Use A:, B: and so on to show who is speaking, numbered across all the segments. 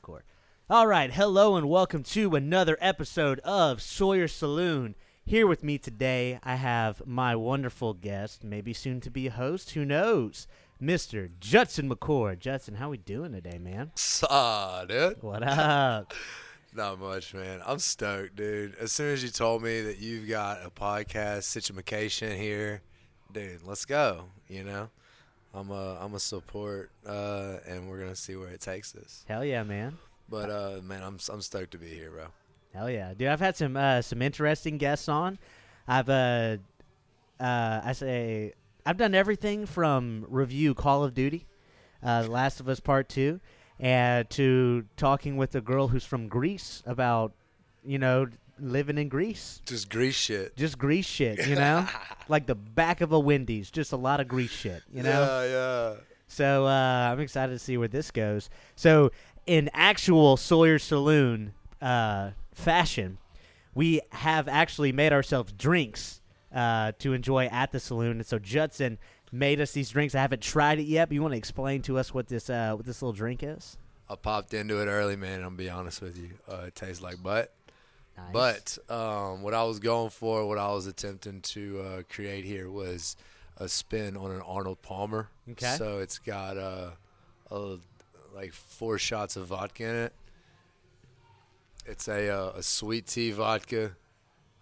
A: Encore. All right, hello and welcome to another episode of Sawyer Saloon. Here with me today, I have my wonderful guest, maybe soon to be host, who knows, Mr. Judson McCord. Judson, how we doing today, man?
B: Saw, dude.
A: What up?
B: Not much, man. I'm stoked, dude. As soon as you told me that you've got a podcast situation here, dude, let's go. You know, I'm a I'm a support, uh, and we're gonna see where it takes us.
A: Hell yeah, man.
B: But uh, man, I'm I'm stoked to be here, bro.
A: Hell yeah, dude! I've had some uh, some interesting guests on. I've uh, uh, I say I've done everything from review Call of Duty, uh, The Last of Us Part Two, and to talking with a girl who's from Greece about you know living in Greece,
B: Just grease shit.
A: just Greece shit, you know, like the back of a Wendy's, just a lot of Greece shit, you know.
B: Yeah,
A: So uh, I'm excited to see where this goes. So in actual Sawyer Saloon uh, fashion, we have actually made ourselves drinks uh, to enjoy at the saloon. And so Judson made us these drinks. I haven't tried it yet, but you want to explain to us what this uh, what this little drink is?
B: yeah. I popped into it early, man. I'm gonna be honest with you. Uh, it tastes like butt.
A: Nice.
B: But um, what I was going for, what I was attempting to uh, create here was a spin on an Arnold Palmer.
A: Okay.
B: So it's got uh, a, like four shots of vodka in it. It's a, uh, a sweet tea vodka.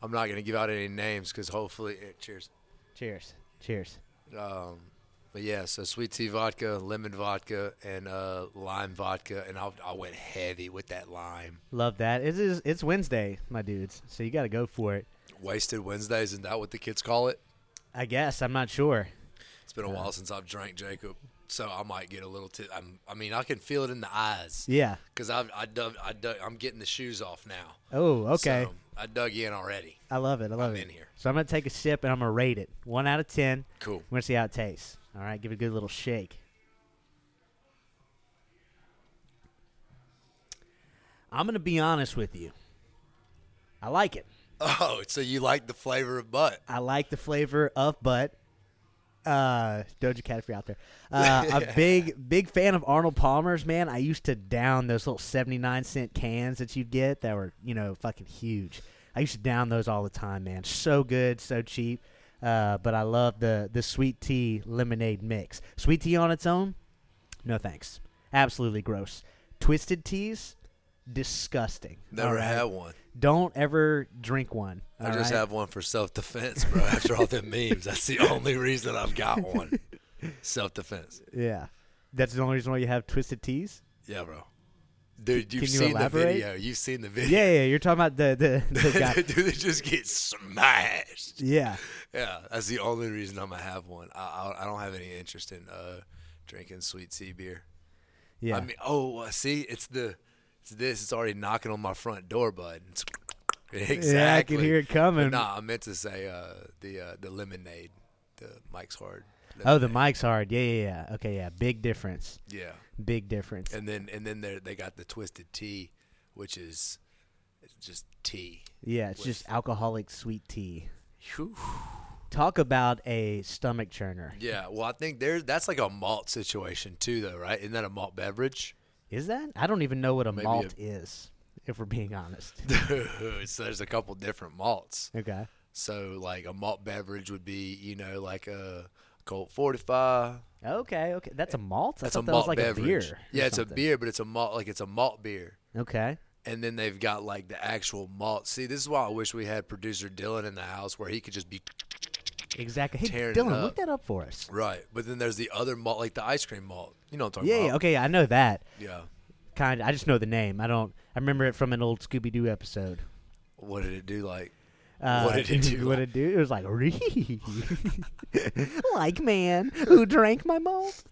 B: I'm not going to give out any names because hopefully, eh, cheers.
A: cheers, cheers.
B: Um, but yeah, so sweet tea vodka, lemon vodka, and uh, lime vodka. And I, I went heavy with that lime.
A: Love that. It is. It's Wednesday, my dudes. So you got to go for it.
B: Wasted Wednesdays, isn't that what the kids call it?
A: I guess I'm not sure.
B: It's been a while since I've drank Jacob, so I might get a little. T- I'm, I mean, I can feel it in the eyes
A: Yeah.
B: because I've I dug, I dug, I'm getting the shoes off now.
A: Oh, okay.
B: So, I dug in already.
A: I love it. I love
B: I'm
A: it.
B: in here.
A: So I'm gonna take a sip and I'm gonna rate it one out of ten.
B: Cool.
A: We're gonna see how it tastes. All right, give it a good little shake. I'm gonna be honest with you. I like it.
B: Oh, so you like the flavor of butt?
A: I like the flavor of butt. Uh, Doja Cat if you're out there. Uh, a big, big fan of Arnold Palmer's. Man, I used to down those little 79 cent cans that you'd get that were, you know, fucking huge. I used to down those all the time, man. So good, so cheap. Uh, but I love the the sweet tea lemonade mix. Sweet tea on its own, no thanks. Absolutely gross. Twisted teas, disgusting.
B: Never
A: All right?
B: had one.
A: Don't ever drink one.
B: I
A: all
B: just
A: right?
B: have one for self defense, bro. After all the memes, that's the only reason I've got one. self defense.
A: Yeah. That's the only reason why you have twisted tees?
B: Yeah, bro. Dude, you've
A: Can you
B: seen
A: elaborate?
B: the video. You've seen the video.
A: Yeah, yeah, you're talking about the the, the guy.
B: Dude, they just get smashed.
A: yeah.
B: Yeah, that's the only reason I'm gonna have one. I I, I don't have any interest in uh, drinking sweet sea beer.
A: Yeah.
B: I mean, oh, uh, see, it's the it's this. It's already knocking on my front door, bud. It's- exactly.
A: Yeah, I can hear it coming.
B: But nah, I meant to say uh, the uh, the lemonade, the Mike's Hard.
A: oh, the
B: lemonade.
A: mic's hard. Yeah, yeah, yeah. Okay, yeah. Big difference.
B: Yeah,
A: Big difference.
B: and then and then they they got the twisted tea, which is it's just tea.
A: Yeah, it's
B: with-
A: just alcoholic sweet tea.
B: Whew.
A: Talk about a stomach churner.
B: Yeah, well, I think there that's like a malt situation too, though, right? Isn't that a malt beverage?
A: Is that? I don't even know what a
B: Maybe
A: malt is, if we're being honest.
B: Dude, so there's a couple different malts.
A: okay.
B: So like a malt beverage would be, you know, like a Colt 45.
A: Okay, okay. That's a malt? I
B: That's
A: thought
B: a
A: that
B: malt
A: was like
B: beverage.
A: a beer. or
B: yeah, it's a
A: something.
B: beer, but it's a malt like it's a malt beer.
A: Okay.
B: And then they've got like the actual malt. See, this is why I wish we had producer Dylan in the house where he could just be
A: Exactly. Hey,
B: Tearing it
A: Dylan,
B: up.
A: look that up for us.
B: right. But then there's the other malt, like the ice cream malt. You know what I'm talking
A: Yeah, yeah,
B: about?
A: okay, I know that.
B: Yeah.
A: Kind I just know the name. I don't I remember it from an old Scooby Doo episode.
B: What did it do like?
A: Uh,
B: What did it do?
A: What it do? It was like, like man who drank my malt.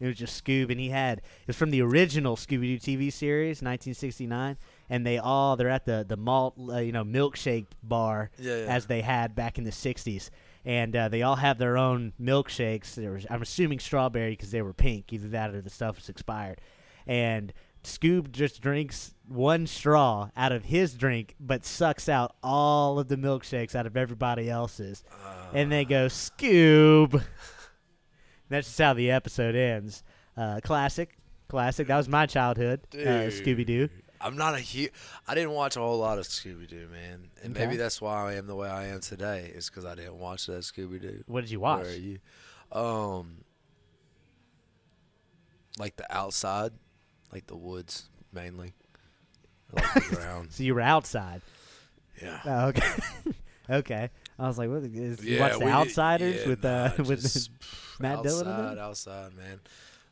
A: It was just Scoob, and he had it was from the original Scooby Doo TV series, 1969, and they all they're at the the malt uh, you know milkshake bar
B: Yeah, yeah.
A: as they had back in the 60s, and uh, they all have their own milkshakes. There was I'm assuming strawberry because they were pink, either that or the stuff was expired, and. Scoob just drinks one straw out of his drink, but sucks out all of the milkshakes out of everybody else's. and they
B: Ah.
A: go, Scoob. That's just how the episode ends. Uh, classic, Classic. That was my childhood. Uh, Scooby Doo.
B: I'm not a huge. I didn't watch a whole lot of Scooby Doo, man, and
A: Okay.
B: maybe that's why I am the way I am today. Is because I didn't watch that Scooby Doo.
A: What did you watch?
B: Where are you? Um, like the outside, like the woods mainly, like the ground.
A: So you were outside.
B: Yeah.
A: Oh, okay. okay. I was like, what is, you
B: yeah,
A: watch The
B: we did-
A: Outsiders
B: yeah,
A: with uh,
B: nah,
A: with
B: just
A: Matt Dillon in
B: outside,
A: it?
B: Outside, man.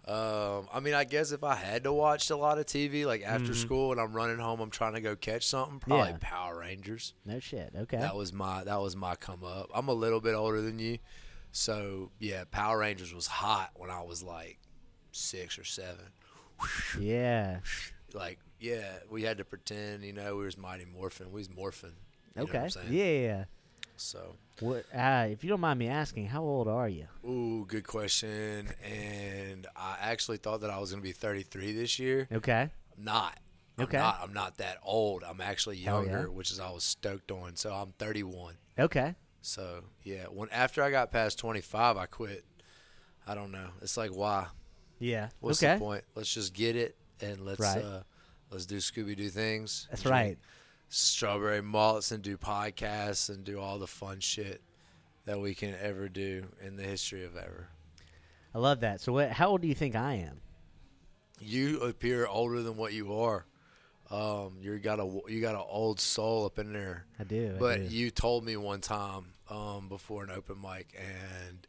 B: Um, I mean, I guess if I had to watch a lot of TV, like after school, and I'm running home, I'm trying to go catch something. Probably
A: Mm-hmm. Yeah.
B: Power Rangers.
A: no shit. Okay.
B: That was my that was my come up. I'm a little bit older than you, so yeah, Power Rangers was hot when I was like six or seven.
A: yeah.
B: Like yeah, we had to pretend, you know, we was Mighty Morphin. We was morphin. You know what
A: Okay.
B: I'm saying?
A: Yeah. yeah, yeah.
B: So,
A: What? Uh, if you don't mind me asking, how old are you?
B: ooh, good question. And I actually thought that I was gonna be 33 this year.
A: Okay.
B: I'm not. I'm
A: Okay.
B: Not, I'm not that old. I'm actually
A: Hell yeah.
B: younger, which is I was stoked on. So I'm 31.
A: Okay.
B: So yeah, when after I got past 25, I quit. I don't know. It's like why?
A: Yeah.
B: What's
A: okay.
B: the point? Let's just get it and let's
A: Right.
B: uh, let's do Scooby Doo things.
A: That's
B: drink
A: right.
B: Strawberry malts and do podcasts and do all the fun shit that we can ever do in the history of ever.
A: I love that. So, what, how old do you think I am?
B: You appear older than what you are. Um, you got a you got an old soul up in there.
A: I do. I
B: But
A: do.
B: you told me one time um, before an open mic, and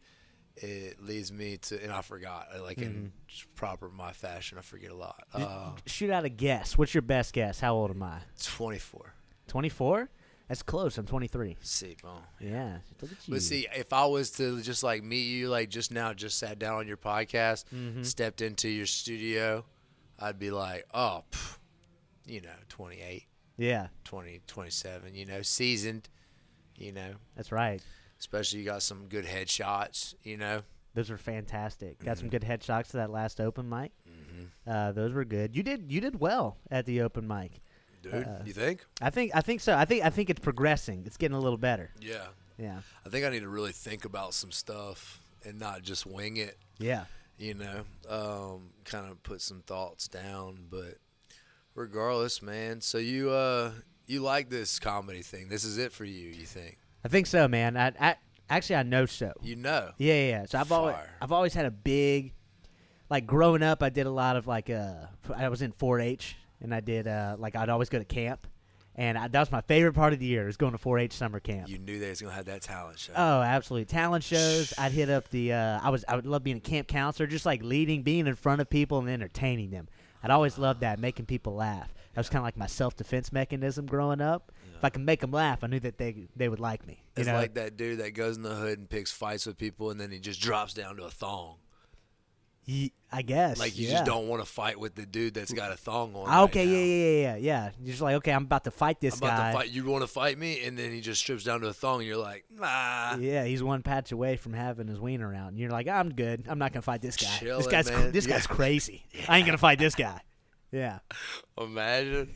B: it leads me to, and I forgot. uh, Like in
A: Mm-hmm.
B: proper my fashion, I forget a lot. Uh,
A: shoot out a guess. What's your best guess? How old am I?
B: 24.
A: 24? That's close. I'm 23.
B: See, boom.
A: Yeah. Look at you.
B: But see, if I was to just like meet you, like just now, just sat down on your podcast, stepped into your studio, I'd be like, oh, pff, you know, 28,
A: yeah.
B: 20, 27, you know, seasoned, you know,
A: That's right.
B: especially you got some good headshots, you know.
A: Those were fantastic. Got some good headshots to that last open mic. Uh, those were good. You did you did well at the open mic.
B: Dude, you think?
A: I think I think so. I think I think it's progressing. It's getting a little better.
B: Yeah.
A: Yeah.
B: I think I need to really think about some stuff and not just wing it,
A: Yeah.
B: you know, um, kind of put some thoughts down. But regardless, man, so you, uh, you like this comedy thing. This is it for you, you think?
A: I think so, man. I, I actually I know so.
B: You know.
A: Yeah, yeah. yeah. So I've always
B: Fire.
A: I've always had a big like growing up I did a lot of like uh I was in 4-H and I did uh like I'd always go to camp and I, that was my favorite part of the year was going to 4-H summer camp.
B: You knew they was going to have that talent show.
A: Oh, absolutely! Talent shows. I'd hit up the. Uh, I was. I would love being a camp counselor, just like leading, being in front of people and entertaining them. I'd always love that, making people laugh. That was kind of like my self defense mechanism growing up. If I could make them laugh, I knew that they they would like me. You
B: it's
A: know?
B: like that dude that goes in the hood and picks fights with people and then he just drops down to a thong.
A: Ye- I guess.
B: Like, you
A: yeah.
B: just don't want to fight with the dude that's got a thong on.
A: Ah,
B: right
A: Okay.
B: now.
A: yeah, yeah, yeah, yeah, yeah. You're just like, okay, I'm about to fight this
B: I'm about
A: guy.
B: to fight. You want to fight me? And then he just strips down to a thong. And you're like, nah.
A: Yeah, he's one patch away from having his wiener out, and you're like, I'm good. I'm not gonna fight this guy. this
B: Chillin',
A: guy's
B: man.
A: this
B: Yeah.
A: guy's crazy. I ain't gonna fight this guy. Yeah.
B: Imagine.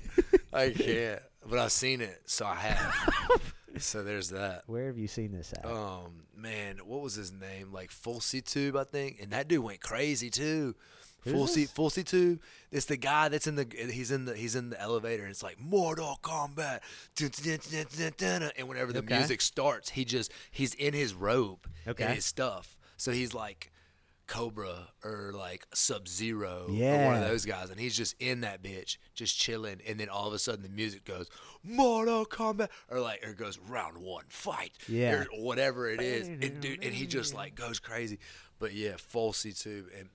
B: I can't. But I've seen it, so I have. so there's that.
A: Where have you seen this at?
B: Um, man, what was his name? Like Fulcy Tube, I think. And that dude went crazy too.
A: Who's
B: Fulcy
A: this?
B: Fulcy Tube. It's the guy that's in the he's in the he's in the elevator and it's like Mortal Kombat. Dun, dun, dun, dun, dun, dun. And whenever the
A: Okay.
B: music starts, he just he's in his robe
A: Okay.
B: and his stuff. So he's like Cobra or like Sub Zero or one
A: Yeah.
B: of those guys, and he's just in that bitch, just chilling. And then all of a sudden, the music goes Mortal Kombat, or like, or it goes round one, fight,
A: Yeah.
B: or whatever it is. And dude, and he just like goes crazy. But yeah, Folsy too, and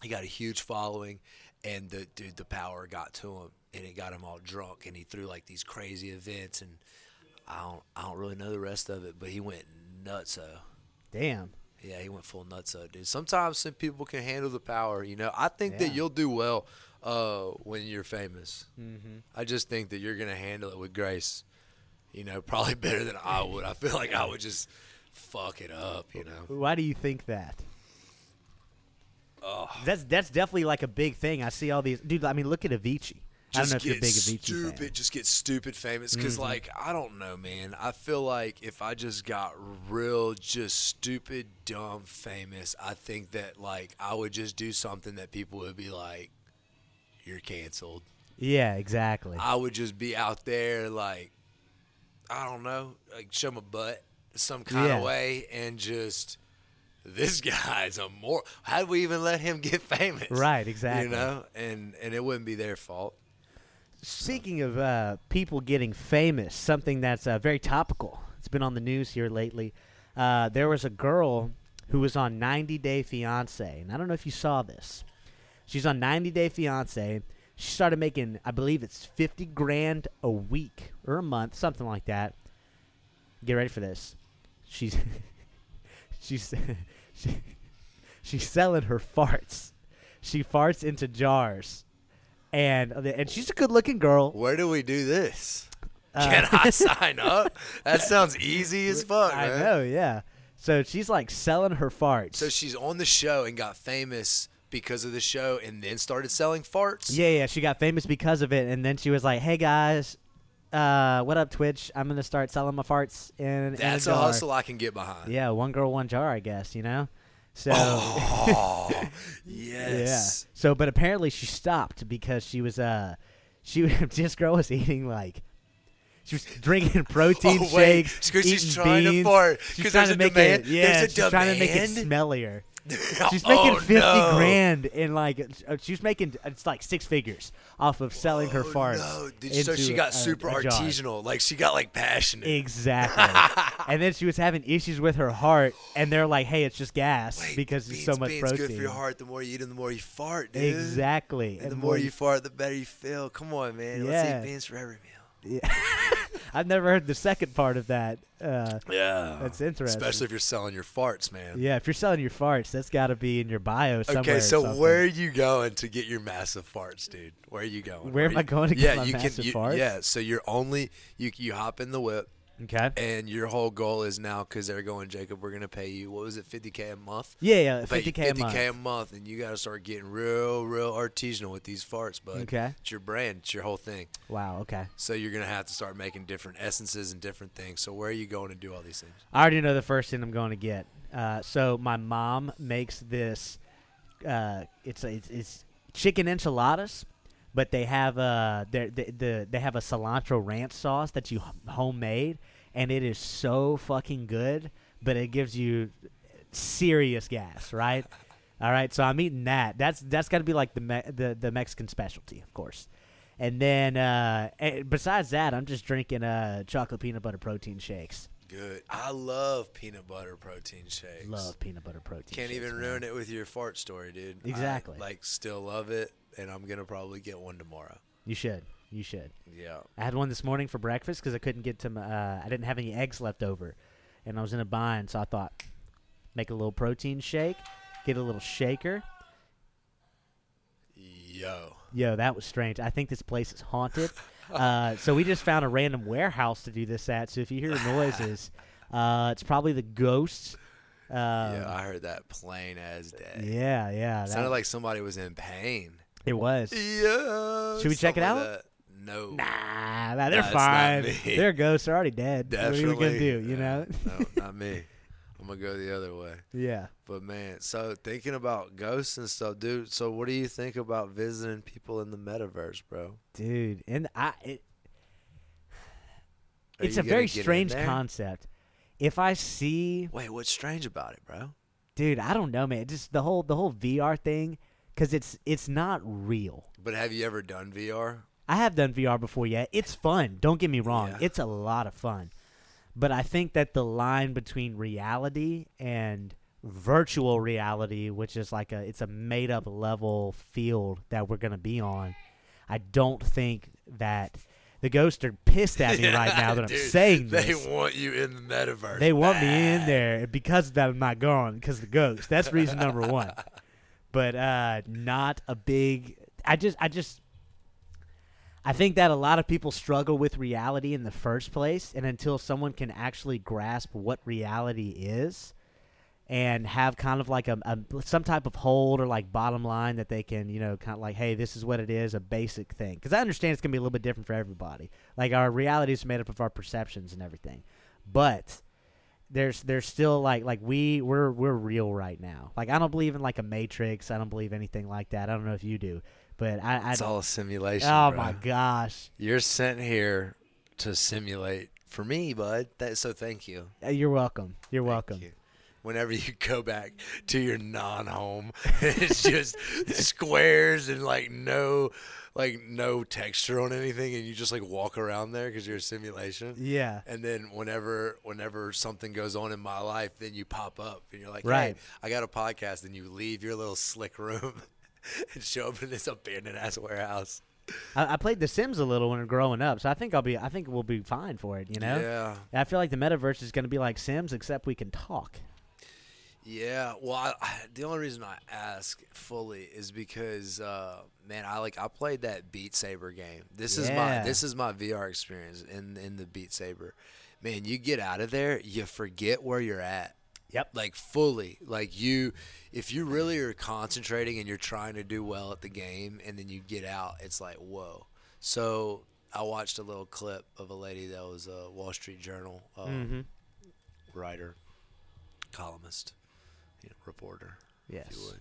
B: he got a huge following. And the dude, the power got to him, and it got him all drunk, and he threw like these crazy events, and I don't, I don't really know the rest of it, but he went nuts.
A: Damn.
B: Yeah, he went full nuts up, dude. Sometimes some people can handle the power, you know. I think
A: Yeah.
B: that you'll do well uh, when you're famous. Mm-hmm. I just think that you're gonna handle it with grace, you know, probably better than I would. I feel like I would just fuck it up, you know.
A: Why do you think that? That's that's definitely like a big thing. I see all these dude. I mean, look at Avicii. I don't
B: Just
A: know if you're a
B: get
A: big Avicii
B: stupid,
A: fan. Mm-hmm.
B: just get stupid famous. because like, I don't know, man. I feel like if I just got real, just stupid, dumb famous, I think that like I would just do something that people would be like, you're canceled.
A: Yeah, exactly.
B: I would just be out there like I don't know, like show my butt some kind
A: Yeah.
B: of way and just this guy's a mor how do we even let him get famous?
A: Right, exactly.
B: You know? And and it wouldn't be their fault.
A: Speaking of uh, people getting famous, something that's uh, very topical. It's been on the news here lately. Uh, there was a girl who was on 90 Day Fiance, and I don't know if you saw this. She's on 90 Day Fiance. She started making, I believe it's 50 grand a week or a month, something like that. Get ready for this. She's she's she, she's selling her farts. She farts into jars. And uh, and she's a good-looking girl.
B: Where do we do this?
A: Uh,
B: Can I sign up? That sounds easy as fuck,
A: I
B: man.
A: know, yeah. So she's like selling her farts.
B: So she's on the show and got famous because of the show and then started selling farts.
A: yeah, yeah, she got famous because of it, and then she was like, "Hey guys, uh, what up, Twitch? I'm gonna start selling my farts in- in
B: That's a
A: jar."
B: hustle I can get behind.
A: oh, Yeah, one girl, one jar, I guess. You know. So
B: Oh,
A: yeah.
B: yes.
A: So, but apparently she stopped because she was uh, she this girl was eating like. She was drinking protein
B: Oh, wait,
A: shakes.
B: it's 'cause she's
A: eating
B: trying to
A: beans.
B: fart,
A: She's trying
B: 'cause there's
A: to
B: a
A: make
B: demand-
A: It, yeah,
B: there's a
A: she's trying to make it
B: demand?
A: smellier. She's making
B: Oh,
A: fifty
B: no.
A: grand in like uh, she's making it's like six figures off of selling her
B: Oh,
A: farts.
B: no. Did- so
A: into
B: she got
A: a-
B: super
A: a jar.
B: artisanal. Like she got like passionate.
A: Exactly. and then she was having issues with her heart, and they're like, "Hey, it's just gas
B: Wait,
A: because
B: beans,
A: it's so much
B: beans
A: protein."
B: good for your heart. The more you eat them, the more you fart, dude.
A: Exactly.
B: And the
A: And
B: more
A: when-
B: you fart, the better you feel. Come on, man. Let's
A: Yeah.
B: eat beans for every meal.
A: I've never heard the second part of that. Uh,
B: Yeah.
A: That's interesting.
B: Oh, Especially if you're selling your farts, man.
A: yeah, if you're selling your farts, that's got to be in your bio somewhere.
B: Okay,
A: or
B: so
A: something.
B: where are you going to get your massive farts, dude? Where are you going?
A: Where am
B: you-
A: I going to get
B: yeah,
A: my
B: you can,
A: massive
B: you-
A: farts?
B: Yeah, so you're only you you hop in the whip,
A: Okay.
B: and your whole goal is now because they're going, Jacob, we're gonna pay you. What was it, fifty k a month?
A: Yeah, yeah,
B: Pay you
A: fifty k a month.
B: 50K a month, and you got to start getting real, real artisanal with these farts, bud.
A: Okay.
B: It's your brand, it's your whole thing.
A: Wow. Okay.
B: So you're gonna have to start making different essences and different things. So where are you going to do all these things?
A: I already know the first thing I'm going to get. Uh, so my mom makes this. Uh, it's, it's it's chicken enchiladas, but they have uh they the they have a cilantro ranch sauce that you h- homemade, and it is so fucking good. But it gives you serious gas, right? All right, so I'm eating that. That's that's got to be like the, me- the the Mexican specialty, of course. And then uh, eh, besides that, I'm just drinking uh, chocolate peanut butter protein shakes.
B: Good. I love peanut butter protein shakes.
A: Love peanut butter protein.
B: Can't even ruin it with your fart story, dude. I,
A: Exactly.
B: like, still love it, and I'm gonna probably get one tomorrow.
A: You should. You should.
B: Yeah.
A: I had one this morning for breakfast because I couldn't get to. My, uh, I didn't have any eggs left over, and I was in a bind. So I thought, make a little protein shake, get a little shaker.
B: Yo.
A: Yo, that was strange. I think this place is haunted. uh, so we just found a random warehouse to do this at. So if you hear noises, uh, it's probably the ghosts. Uh,
B: yeah,
A: yeah,
B: I heard that plain as day.
A: yeah,
B: Sounded
A: that-
B: like E somebody was in pain.
A: it was.
B: Yeah.
A: Should we check it
B: something like
A: out?
B: that. No.
A: Nah, nah, they're
B: Nah, it's not
A: fine.
B: me.
A: They're ghosts. They're already dead.
B: Definitely.
A: What are we gonna do? You know?
B: no, not me. I'm gonna go the other way.
A: yeah.
B: But man, so thinking about ghosts and stuff, dude. So what do you think about visiting people in the metaverse, bro?
A: dude and i it,
B: Are
A: it's
B: you
A: a
B: gonna
A: very
B: get in
A: strange
B: there?
A: concept if i see
B: Wait, what's strange about it, bro?
A: dude i don't know man just the whole the whole vr thing because it's it's not real
B: But have you ever done VR?
A: i have done vr before yeah it's fun don't get me wrong
B: Yeah.
A: it's a lot of fun but i think that the line between reality and virtual reality which is like a it's a made up level field that we're going to be on i don't think that the ghosts are pissed at me right now that i'm
B: Dude,
A: saying this
B: They want you in the metaverse.
A: They want me in there because of that I'm not gone because the ghost. That's reason number one. But uh, not a big. I just I just I think that a lot of people struggle with reality in the first place, and until someone can actually grasp what reality is, and have kind of like a, a some type of hold or like bottom line that they can you know kind of like hey this is what it is a basic thing because I understand it's gonna be a little bit different for everybody. Like our reality is made up of our perceptions and everything, but there's there's still like like we we're we're real right now. Like I don't believe in like a matrix. I don't believe anything like that. I don't know if you do, But I, I
B: It's all a simulation.
A: oh
B: bro.
A: my gosh,
B: You're sent here to simulate for me, bud. That, so thank you.
A: Uh, you're welcome. You're welcome.
B: you. Whenever you go back to your non-home, it's just squares and like no, like no texture on anything, and you just like walk around there because you're a simulation.
A: Yeah,
B: And then whenever whenever something goes on in my life, then you pop up and you're like,
A: Right.
B: right. I got a podcast," and you leave your little slick room and show up in this abandoned ass warehouse.
A: I, I played The Sims a little when growing up, so I think I'll be. I think we'll be fine for it. You know.
B: Yeah.
A: I feel like the metaverse is going to be like Sims, except we can talk.
B: Yeah, well, I, I- the only reason I ask fully is because, uh, man, I like I played that Beat Saber game. This is
A: Yeah.
B: my this is my VR experience in in the Beat Saber. Man, you get out of there, you forget where you're at
A: Yep.
B: like fully like you if you really are concentrating and you're trying to do well at the game and then you get out it's like whoa so i watched a little clip of a lady that was a wall street journal uh, writer columnist you know, reporter if you
A: Yes.
B: would.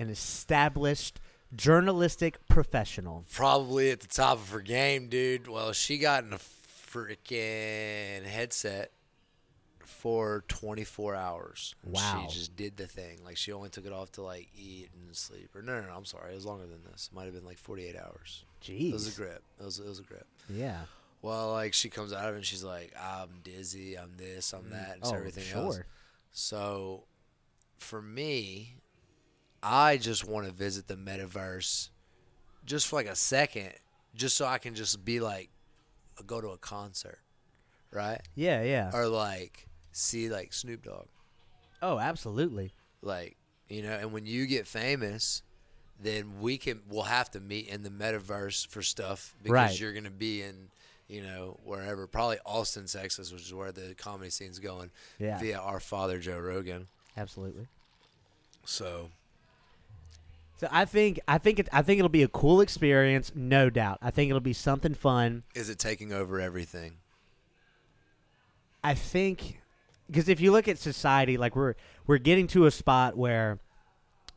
A: An established journalistic professional.
B: probably at the top of her game dude well she got in a freaking headset for 24 hours.
A: Wow.
B: She just did the thing. Like she only took it off to like eat and sleep. Or no, no, no I'm sorry. It was longer than this. It might have been like 48 hours.
A: Jeez.
B: It was a grip. It was, it was a grip.
A: Yeah.
B: Well, like she comes out of it and she's like, I'm dizzy. I'm this. I'm that. And it's
A: oh,
B: everything
A: sure.
B: else. So for me, I just want to visit the metaverse just for like a second, just so I can just be like, go to a concert, right?
A: Yeah, yeah.
B: Or like see like Snoop Dogg.
A: oh, absolutely.
B: like you know and when you get famous then we can we'll have to meet in the metaverse for stuff because
A: Right.
B: you're going to be in you know wherever probably austin texas which is where the comedy scene's going
A: Yeah.
B: via our father joe rogan
A: Absolutely.
B: so
A: So I think I think it, I think it'll be a cool experience, no doubt. I think it'll be something fun.
B: is it taking over everything
A: I think because if you look at society, like we're we're getting to a spot where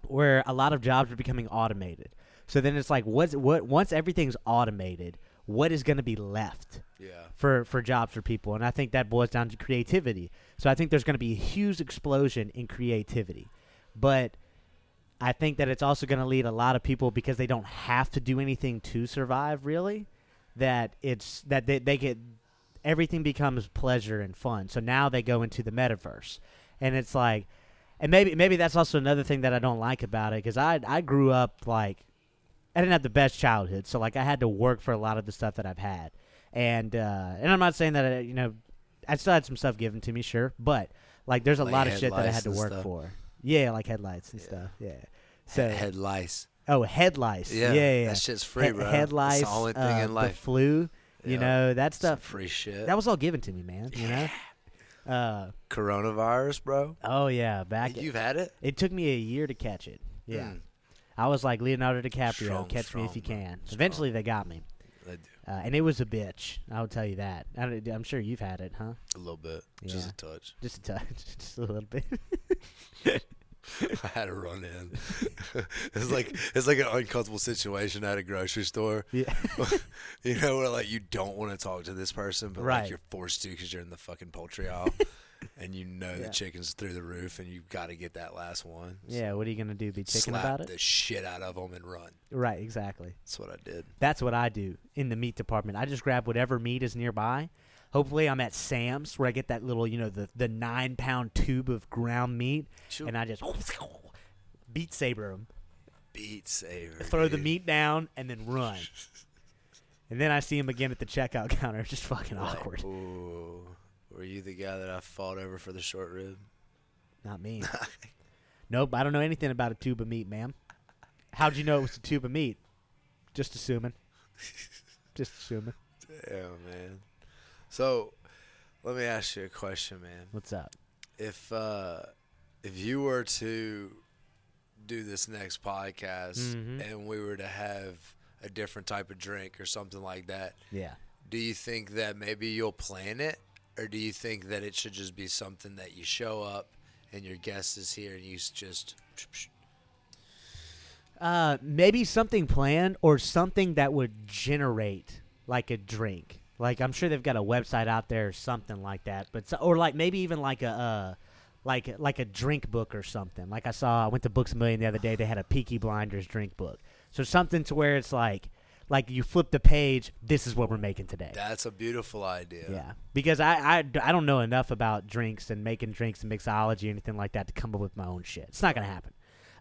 A: where a lot of jobs are becoming automated. So then it's like, what's what once everything's automated, what is going to be left?
B: yeah
A: for for jobs for people and i think that boils down to creativity so i think there's going to be a huge explosion in creativity but i think that it's also going to lead a lot of people because they don't have to do anything to survive really that it's that they, they get everything becomes pleasure and fun so now they go into the metaverse and it's like and maybe maybe that's also another thing that i don't like about it because i i grew up like I didn't have the best childhood, so like I had to work for a lot of the stuff that I've had, and uh, and I'm not saying that I, you know I still had some stuff given to me, sure, but like there's a
B: Like
A: lot of shit that I had
B: headlights
A: to
B: and
A: work
B: stuff.
A: for. Yeah, like headlights and stuff. Yeah. So
B: head lice
A: oh, head lice. Yeah,
B: yeah,
A: yeah. yeah.
B: that shit's free
A: He-
B: bro
A: Head lice.
B: it's the only thing
A: uh,
B: in life
A: The flu. You
B: Yeah.
A: know that
B: Some
A: stuff.
B: free shit
A: That was all given to me, man. You know. Uh,
B: coronavirus bro
A: oh yeah, back.
B: you've had it
A: It took me a year to catch it. Yeah.
B: Mm.
A: I was like Leonardo DiCaprio,
B: Strong,
A: catch me if
B: strong,
A: you
B: bro.
A: can. Eventually, they got me.
B: a
A: Uh, and it was a bitch. I'll tell you that. I, don't- I'm sure you've had it, huh?
B: little bit just
A: Yeah.
B: a touch
A: Just a touch, just a little bit.
B: I had a run in. it's like it's like an uncomfortable situation at a grocery store.
A: Yeah.
B: you know where like you don't want to talk to this person, but
A: Right.
B: like you're forced to because you're in the fucking poultry aisle, and you know
A: Yeah.
B: the chicken's through the roof, and you've got to get that last one.
A: yeah. What are you gonna do? Be chicken
B: Slap
A: about it?
B: the shit out of them and run.
A: Right. Exactly.
B: That's what I did.
A: That's what I do in the meat department. I just grab whatever meat is nearby. Hopefully, I'm at Sam's where I get that little, you know, the, the nine pound tube of ground meat,
B: Sure.
A: and I just beat saber 'em.
B: Beat saver.
A: throw the
B: dude.
A: meat down, and then run. and then I see him again at the checkout counter. It's just fucking
B: Like,
A: awkward.
B: Ooh, were you the guy that I fought over for the short rib?
A: Not me. nope, I don't know anything about a tube of meat, ma'am. How'd you know it was a tube of meat? Just assuming. just assuming.
B: Damn man. So, let me ask you a question, man.
A: What's up?
B: if uh if you were to do this next podcast
A: Mhm.
B: and we were to have a different type of drink or something like that,
A: Yeah.
B: do you think that maybe you'll plan it or do you think that it should just be something that you show up and your guest is here and you s- just
A: Uh, maybe something planned or something that would generate like a drink. Like I'm sure they've got a website out there or something like that. But so, or like maybe even like a uh, like like a drink book or something. Like I saw I went to Books a Million the other day. They had a Peaky Blinders drink book. So something to where it's like like you flip the page. This is what we're making today.
B: That's a beautiful idea.
A: Yeah, because I, I, I don't know enough about drinks and making drinks and mixology or anything like that to come up with my own shit. It's not gonna happen.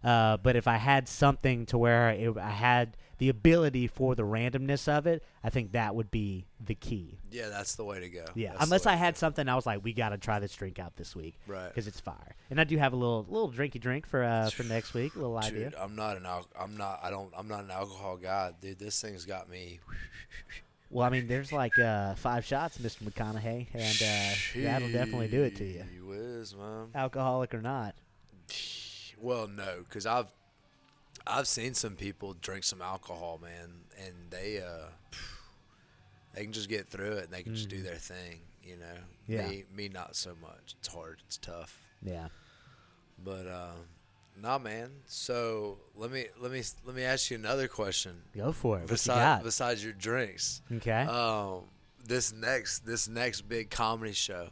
A: Uh, but if I had something to where it, I had the ability for the randomness of it, I think that would be the key.
B: Yeah, that's the way to go.
A: Yeah,
B: That's the
A: unless
B: way
A: I
B: to
A: had
B: go.
A: something I was like, we gotta try this drink out this week,
B: Right.
A: Because it's fire. And I do have a little little drinky drink for uh for next week, little idea.
B: Dude, I'm not an al- I'm not I don't I'm not an alcohol guy, dude. This thing's got me.
A: Well, I mean, there's like uh, five shots, Mr. McConaughey, and uh, that'll definitely do it to you,
B: Gee whiz, man.
A: alcoholic or not.
B: Well, no, because I've I've seen some people drink some alcohol, man, and they uh they can just get through it and they can just do their thing, you know.
A: Mm. Yeah.
B: Me, me not so much. It's hard. It's tough.
A: Yeah.
B: But um, nah, man. So let me let me let me ask you another question.
A: Go for it. What you
B: Besides
A: got?
B: besides your drinks,
A: okay.
B: um, this next this next big comedy show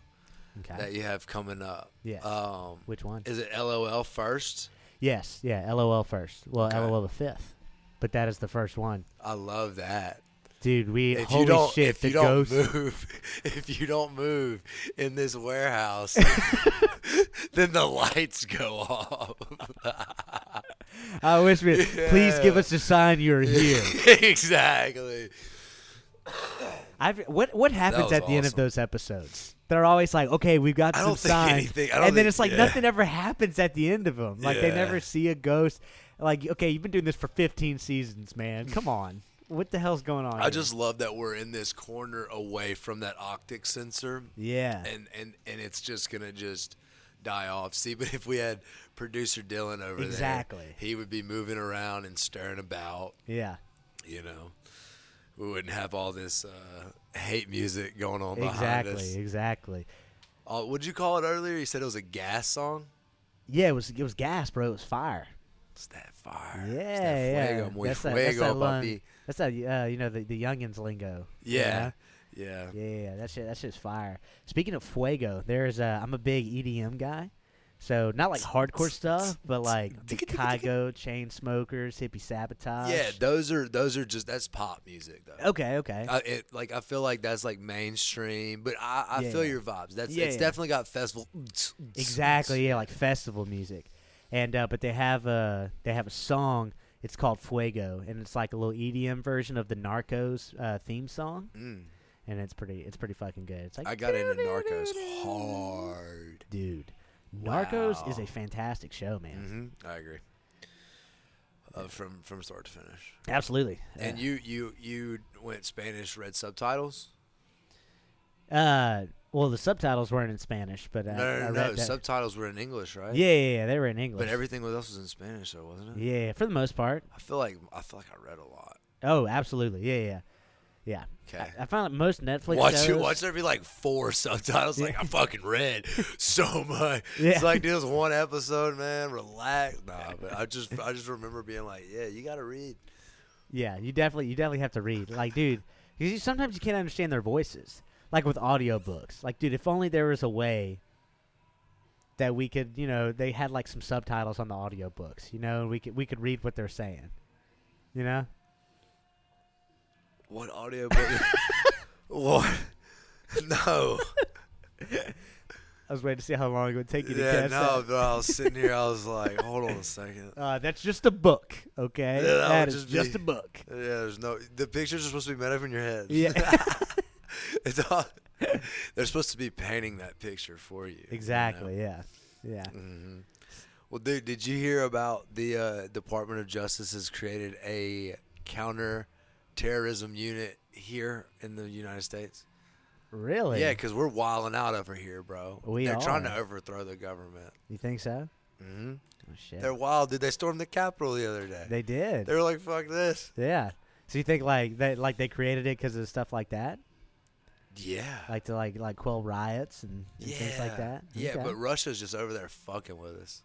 A: okay.
B: that you have coming up.
A: Yes.
B: Um,
A: Which one?
B: is it LOL first?
A: yes. Yeah. LOL first. Well,
B: Okay.
A: LOL the fifth, but that is the first one,
B: I love that.
A: dude. We
B: If
A: holy
B: you don't,
A: shit.
B: if
A: the
B: you don't
A: ghost.
B: move, if you don't move in this warehouse, then the lights go off.
A: I wish. we- Please give
B: Yeah.
A: us a sign you're here.
B: exactly.
A: I've, what what happens
B: was
A: at the end of
B: awesome.
A: those episodes? They're always like, okay, we've got
B: I
A: some
B: don't think
A: signs,
B: anything-
A: and
B: I don't
A: then
B: think-
A: it's like
B: yeah.
A: nothing ever happens at the end of them. Like they
B: Yeah.
A: never see a ghost. Like okay, you've been doing this for 15 seasons, man. Come on, what the hell's going on?
B: I
A: here?
B: just love that we're in this corner away from that optic sensor.
A: yeah,
B: and and and it's just gonna just die off. See, but if we had producer Dylan over
A: Exactly.
B: there, he would be moving around and stirring about.
A: yeah,
B: You know, we wouldn't have all this uh, hate music going on behind
A: exactly,
B: us.
A: exactly.
B: Uh, what'd you call it earlier? You said it was a gas song.
A: Yeah, it was it was gas, bro. It was fire.
B: It's that fire.
A: Yeah,
B: Ah, It's that
A: yeah.
B: fuego, muy
A: that's that, that's
B: fuego,
A: that, lung,
B: papi.
A: that's that uh, you know the the youngins lingo. you know?
B: Yeah. Yeah.
A: Yeah, yeah, yeah, that shit, that shit's fire. Speaking of fuego, there's uh, I'm a big EDM guy, so not like hardcore stuff, but like Chicago chain smokers, hippie sabotage.
B: Yeah, those are those are just that's pop music though.
A: Okay. Okay.
B: I, it, like I feel like that's like mainstream, but I, I
A: Yeah,
B: feel
A: yeah.
B: your vibes. That's
A: Yeah,
B: it's
A: yeah.
B: definitely got festival.
A: Exactly. Yeah, like festival music, and uh, but they have a they have a song. It's called Fuego, and it's like a little EDM version of the Narcos uh, theme song,
B: Mm.
A: and it's pretty it's pretty fucking good. It's like
B: I got into Narcos hard.
A: dude. Narcos is
B: Wow.
A: a fantastic show, man.
B: hmm I agree. Uh, from from start to finish.
A: Absolutely.
B: Mm. And you you you went Spanish read subtitles?
A: Uh, well, the subtitles weren't in Spanish, but uh,
B: no, no,
A: I
B: no,
A: read
B: no.
A: that.
B: Subtitles were in English, right?
A: yeah, yeah, yeah, they were in English.
B: But everything else was in Spanish, though, wasn't it?
A: yeah, for the most part.
B: I feel like I feel like I read a lot.
A: Oh, absolutely. Yeah, yeah, yeah.
B: Okay.
A: I, I found that most Netflix
B: Watch
A: shows.
B: you watch there be like four subtitles. Like I fucking read so much.
A: Yeah.
B: It's like dude, it was one episode, man. Relax, nah. But I just I just remember being like, yeah, you gotta read.
A: Yeah, you definitely, you definitely have to read. Like, dude, because you, sometimes you can't understand their voices. Like with audiobooks. Like, dude, if only there was a way that we could, you know, they had like some subtitles on the audiobooks. You know, and we could we could read what they're saying. You know.
B: What audiobook? what? No.
A: I was waiting to see how long it would take you to
B: Yeah,
A: catch that.
B: no, but I was sitting here, I was like, hold on a second.
A: Uh, that's just a book, okay?
B: Yeah, that
A: that
B: would
A: is
B: just
A: just
B: be-
A: a book.
B: Yeah, there's no the pictures are supposed to be made up in your head.
A: Yeah,
B: it's all they're supposed to be painting that picture for you. you know?
A: exactly. Yeah, yeah.
B: Mhm. Well, dude, did you hear about the uh, Department of Justice has created a counter-terrorism unit here in the United States?
A: Really?
B: Yeah, because we're wilding out over here, bro.
A: We
B: They're trying to
A: are.
B: overthrow the government.
A: You think so?
B: hmm
A: Oh, shit.
B: They're wild, dude. They stormed the Capitol the other day.
A: They did.
B: They were like, "Fuck this."
A: yeah. So you think like they like they created it because of stuff like that,
B: Yeah.
A: like to like like quell riots and, and things like that?
B: Yeah,
A: Okay.
B: but Russia's just over there fucking with us.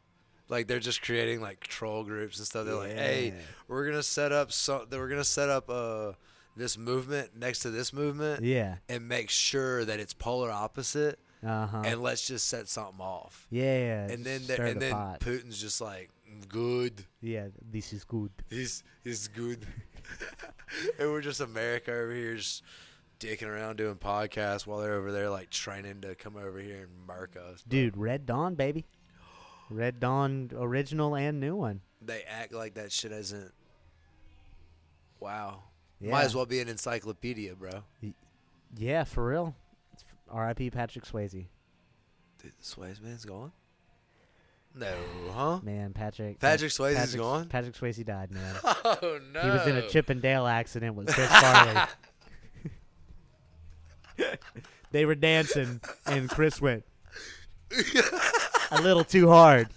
B: Like they're just creating like troll groups and stuff. They're like, hey,
A: Yeah.
B: we're gonna set up so that we're gonna set up uh this movement next to this movement
A: Yeah.
B: and make sure that it's polar opposite
A: Uh huh.
B: and let's just set something off.
A: Yeah.
B: And then
A: just
B: the,
A: stir
B: and
A: the
B: then
A: pot.
B: Putin's just like good.
A: yeah, this is good.
B: He's he's good. and we're just America over here just dicking around doing podcasts while they're over there like training to come over here and murk us.
A: Dude, Red Dawn, baby. Red Dawn original and new one.
B: They act like that shit isn't Wow.
A: Yeah.
B: Might as well be an encyclopedia, bro.
A: Yeah, for real. It's f- R.I.P. Patrick Swayze.
B: Dude, Swayze man's gone? No, huh?
A: Man, Patrick.
B: Patrick Swayze's
A: Patrick-
B: gone?
A: Patrick Swayze died, man.
B: Oh no.
A: He was in a Chip and Dale accident with Chris Farley. they were dancing, and Chris went a little too hard,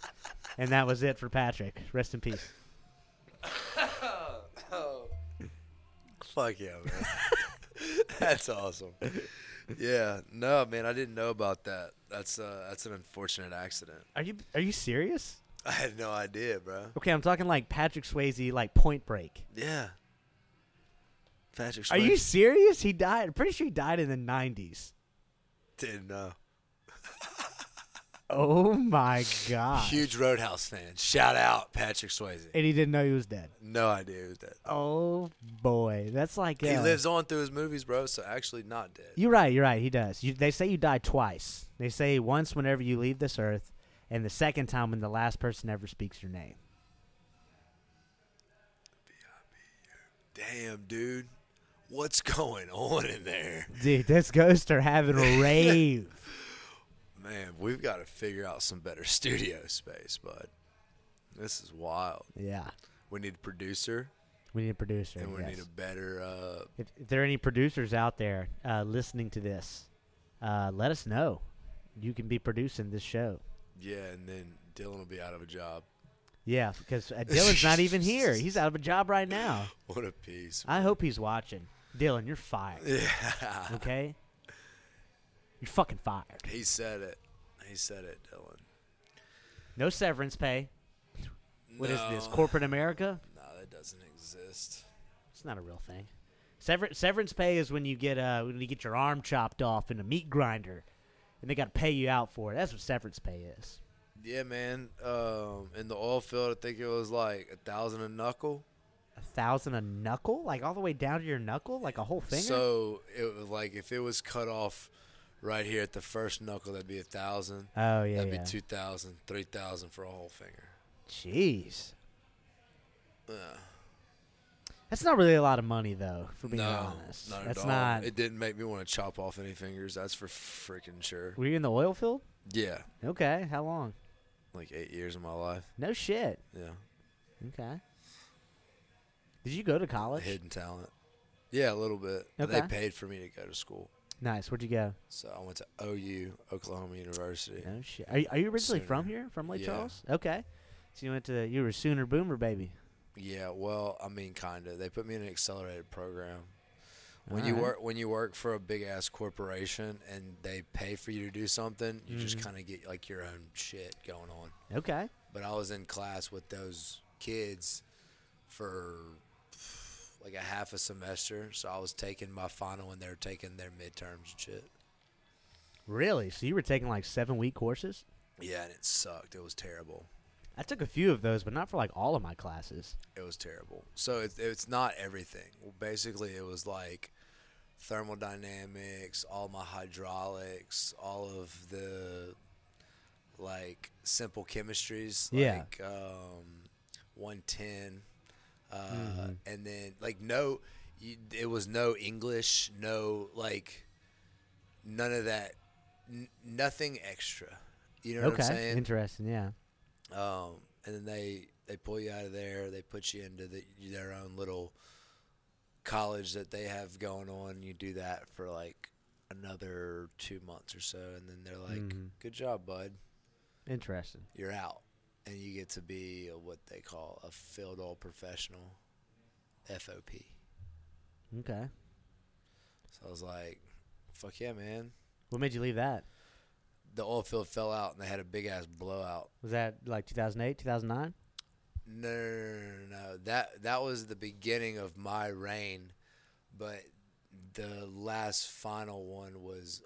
A: and that was it for Patrick. Rest in peace.
B: Fuck yeah, man. that's awesome. Yeah, no, man, I didn't know about that. That's uh, that's an unfortunate accident.
A: Are you are you serious?
B: I had no idea, bro.
A: Okay, I'm talking like Patrick Swayze, like Point Break.
B: Yeah. Patrick
A: Are you
B: Swayze
A: serious? He died. I'm pretty sure he died in the 90s.
B: didn't know.
A: Oh my god!
B: Huge Roadhouse fan. Shout out Patrick Swayze.
A: And he didn't know he was dead.
B: No idea who's dead.
A: Oh boy, that's like
B: He
A: uh,
B: lives on through his movies, bro. So actually, not dead.
A: You're right. You're right. He does. You, they say you die twice. They say once whenever you leave this earth, and the second time when the last person ever speaks your name.
B: Damn, dude, what's going on in there?
A: Dude, this ghosts are having a rave.
B: Man, we've got to figure out some better studio space, bud. This is wild.
A: yeah,
B: We need a producer
A: we need a producer.
B: and we
A: yes.
B: need a better. Uh,
A: if, if there are any producers out there uh, listening to this, uh, let us know. You can be producing this show.
B: yeah, and then Dylan will be out of a job.
A: Yeah, because uh, Dylan's not even here. He's out of a job right now.
B: What a piece.
A: I hope he's watching. Dylan, you're fired.
B: Yeah.
A: Okay, you're fucking fired.
B: He said it. He said it, Dylan.
A: No severance pay. What is this?
B: No.
A: Corporate America?
B: No, that doesn't exist.
A: It's not a real thing. Sever- severance pay is when you get uh when you get your arm chopped off in a meat grinder, and they got to pay you out for it. That's what severance pay is.
B: Yeah, man. Um, in the oil field, I think it was like a thousand a knuckle.
A: A thousand a knuckle, like all the way down to your knuckle, like a whole finger.
B: So it was like if it was cut off right here at the first knuckle, that'd be a thousand.
A: oh yeah,
B: That'd
A: yeah.
B: be two thousand, three thousand for a whole finger.
A: Jeez,
B: Yeah.
A: that's not really a lot of money though. For being
B: no,
A: honest,
B: not
A: that's
B: at all.
A: not.
B: It didn't make me want to chop off any fingers. That's for freaking sure.
A: Were you in the oil field?
B: Yeah,
A: Okay, how long?
B: like eight years of my life.
A: No shit.
B: Yeah,
A: Okay. Did you go to college?
B: hidden talent. Yeah, a little bit. But
A: Okay.
B: They paid for me to go to school,
A: Nice. Where'd you go?
B: so I went to OU, Oklahoma University.
A: No Oh, shit. Are you, are you originally from
B: Sooner.
A: here, from Lake
B: Yeah.
A: Charles? Okay. So you went to you were a Sooner Boomer baby.
B: Yeah, well, I mean, kinda. They put me in an accelerated program. When you
A: Alright.
B: work when you work for a big ass corporation and they pay for you to do something, you just kind of get like your own shit going on.
A: Okay.
B: But I was in class with those kids for like a half a semester, so I was taking my final and they were taking their midterms and shit.
A: Really? So you were taking like seven week courses?
B: Yeah, and it sucked. It was terrible.
A: I took a few of those, but not for like all of my classes.
B: It was terrible. So it's it's not everything. Well, basically, it was like thermodynamics, all my hydraulics, all of the like simple chemistries,
A: Yeah.
B: like um, 110, uh,
A: Mm-hmm.
B: and then like no, you, it was no English, no like none of that, n- nothing extra. You know what I'm
A: okay.
B: saying?
A: Interesting. Yeah.
B: um, and then they they pull you out of there. They put you into the, their own little college that they have going on. You do that for like another two months or so, and then they're like, "Good job, bud.
A: Interesting.
B: You're out." And you get to be a, what they call a field all professional, FOP.
A: Okay.
B: So I was like, "Fuck yeah, man!"
A: What made you leave that?
B: the oil field fell out and they had a big ass blowout.
A: Was that like 2008, 2009?
B: No, no, no, no, no. That that was the beginning of my reign, but the last final one was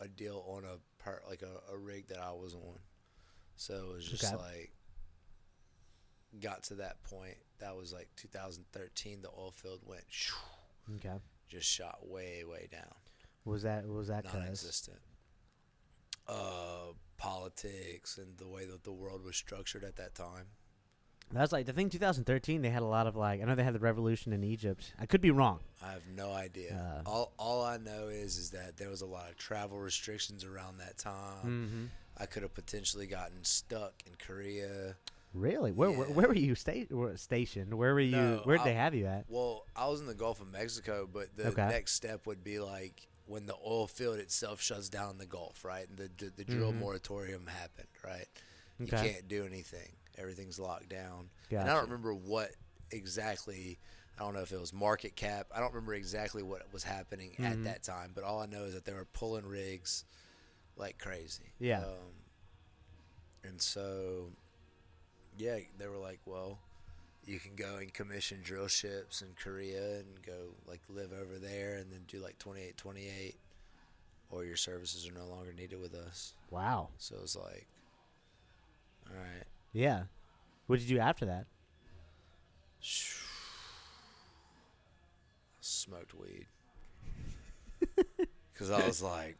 B: a, a deal on a part like a, a rig that I was on. So it was just
A: Okay.
B: like got to that point. That was like 2013. The oil field went shoo,
A: Okay.
B: just shot way way down,
A: Was that was that cuz?
B: non-existent. Uh, politics and the way that the world was structured at that time.
A: That's like the thing 2013 they had a lot of like I know they had the revolution in Egypt. I could be wrong.
B: I have no idea.
A: Uh,
B: all all I know is is that there was a lot of travel restrictions around that time.
A: Mhm.
B: I could have potentially gotten stuck in Korea.
A: Really? Where, where
B: Yeah.
A: where were you sta- were stationed? Where were you
B: No,
A: where would
B: I-
A: they have you at?
B: Well, I was in the Gulf of Mexico, but the
A: Okay.
B: next step would be like when the oil field itself shuts down in the Gulf, right? And the the, the drill moratorium happened, right? You
A: Mm-hmm. Okay.
B: can't do anything. Everything's locked down. And I
A: Gotcha.
B: don't remember what exactly. I don't know if it was market cap. I don't remember exactly what was happening
A: Mm-hmm.
B: at that time, but all I know is that they were pulling rigs like crazy.
A: Yeah.
B: Um, and so, yeah, they were like, well, you can go and commission drill ships in Korea and go like live over there and then do like 28 28 or your services are no longer needed with us.
A: Wow.
B: So it's like, all right.
A: Yeah. What did you do after that?
B: smoked weed because I was like,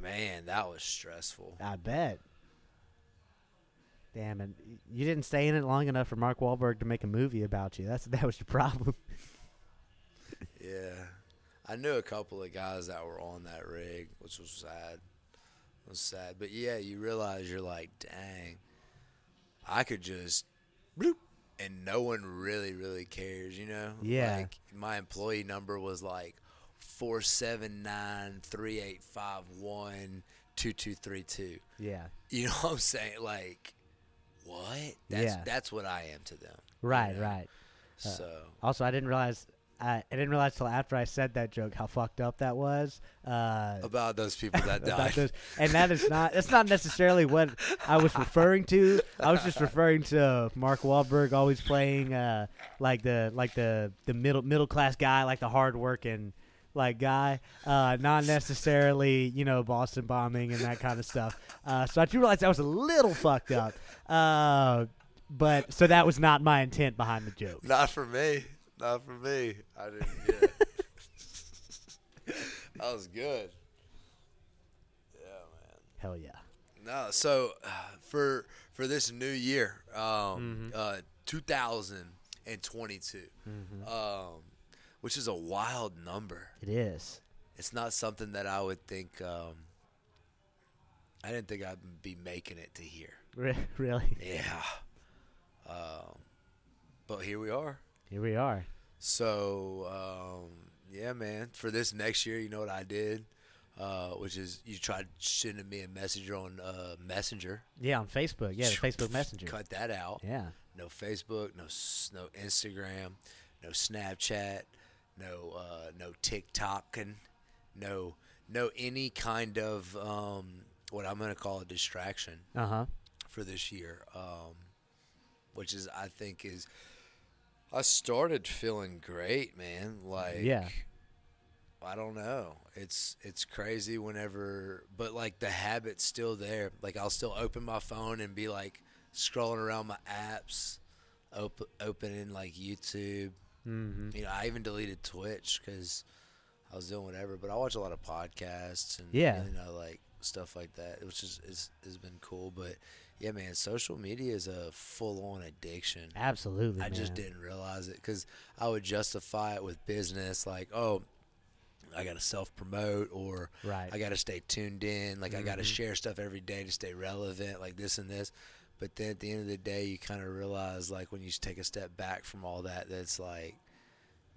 B: man, that was stressful.
A: I bet. Damn it! You didn't stay in it long enough for Mark Wahlberg to make a movie about you. That's that was your problem.
B: Yeah, I knew a couple of guys that were on that rig, which was sad. It was sad, but yeah, you realize you're like, dang, I could just, bloop, and no one really, really cares, you know?
A: Yeah.
B: Like my employee number was like four seven nine three eight five one two two three two.
A: yeah.
B: You know what I'm saying? Like, what? That's
A: Yeah.
B: that's what I am to them. you
A: Right.
B: know?
A: Right.
B: So
A: Also, I didn't realize. I, I didn't realize till after I said that joke how fucked up that was. Uh,
B: about those people that
A: about
B: died.
A: this. and that is not that's not necessarily what I was referring to. I was just referring to uh, Mark Wahlberg always playing uh, like the like the the middle middle class guy, like the hard working like guy, uh, not necessarily you know Boston bombing and that kind of stuff. Uh, so I do realize I was a little fucked up, uh, but so that was not my intent behind the joke.
B: Not for me. Not for me. I didn't. Yeah. that was good. Yeah,
A: Hell yeah.
B: man. No, so uh, for for this new year, um, uh, 2022, um, which is a wild number.
A: It is.
B: It's not something that I would think. Um, I didn't think I'd be making it to here.
A: Re- really.
B: Yeah. Um, but here we are.
A: Here we are.
B: So um, yeah, man. For this next year, you know what I did, uh, which is you tried sending me a message on uh, Messenger.
A: Yeah, on Facebook. Yeah, the Facebook Messenger.
B: Cut that out.
A: Yeah.
B: No Facebook. No s- no Instagram. No Snapchat. No uh, no TikToking. No no any kind of um, what I'm gonna call a distraction
A: Uh huh.
B: for this year, um, which is I think is I started feeling great, man. Like
A: Yeah.
B: I don't know. It's it's crazy whenever, but like the habit's still there. Like I'll still open my phone and be like scrolling around my apps, op- opening like YouTube.
A: Mm-hmm.
B: You know, I even deleted Twitch because I was doing whatever. But I watch a lot of podcasts and
A: Yeah.
B: you know, like stuff like that, which is is has been cool. But yeah, man, social media is a full on addiction.
A: Absolutely.
B: I just
A: man.
B: didn't realize it because I would justify it with business, like, oh, I got to self promote or
A: Right.
B: I got to stay tuned in, like I got to share stuff every day to stay relevant, like this and this. But then at the end of the day, you kind of realize, like, when you take a step back from all that, that's like,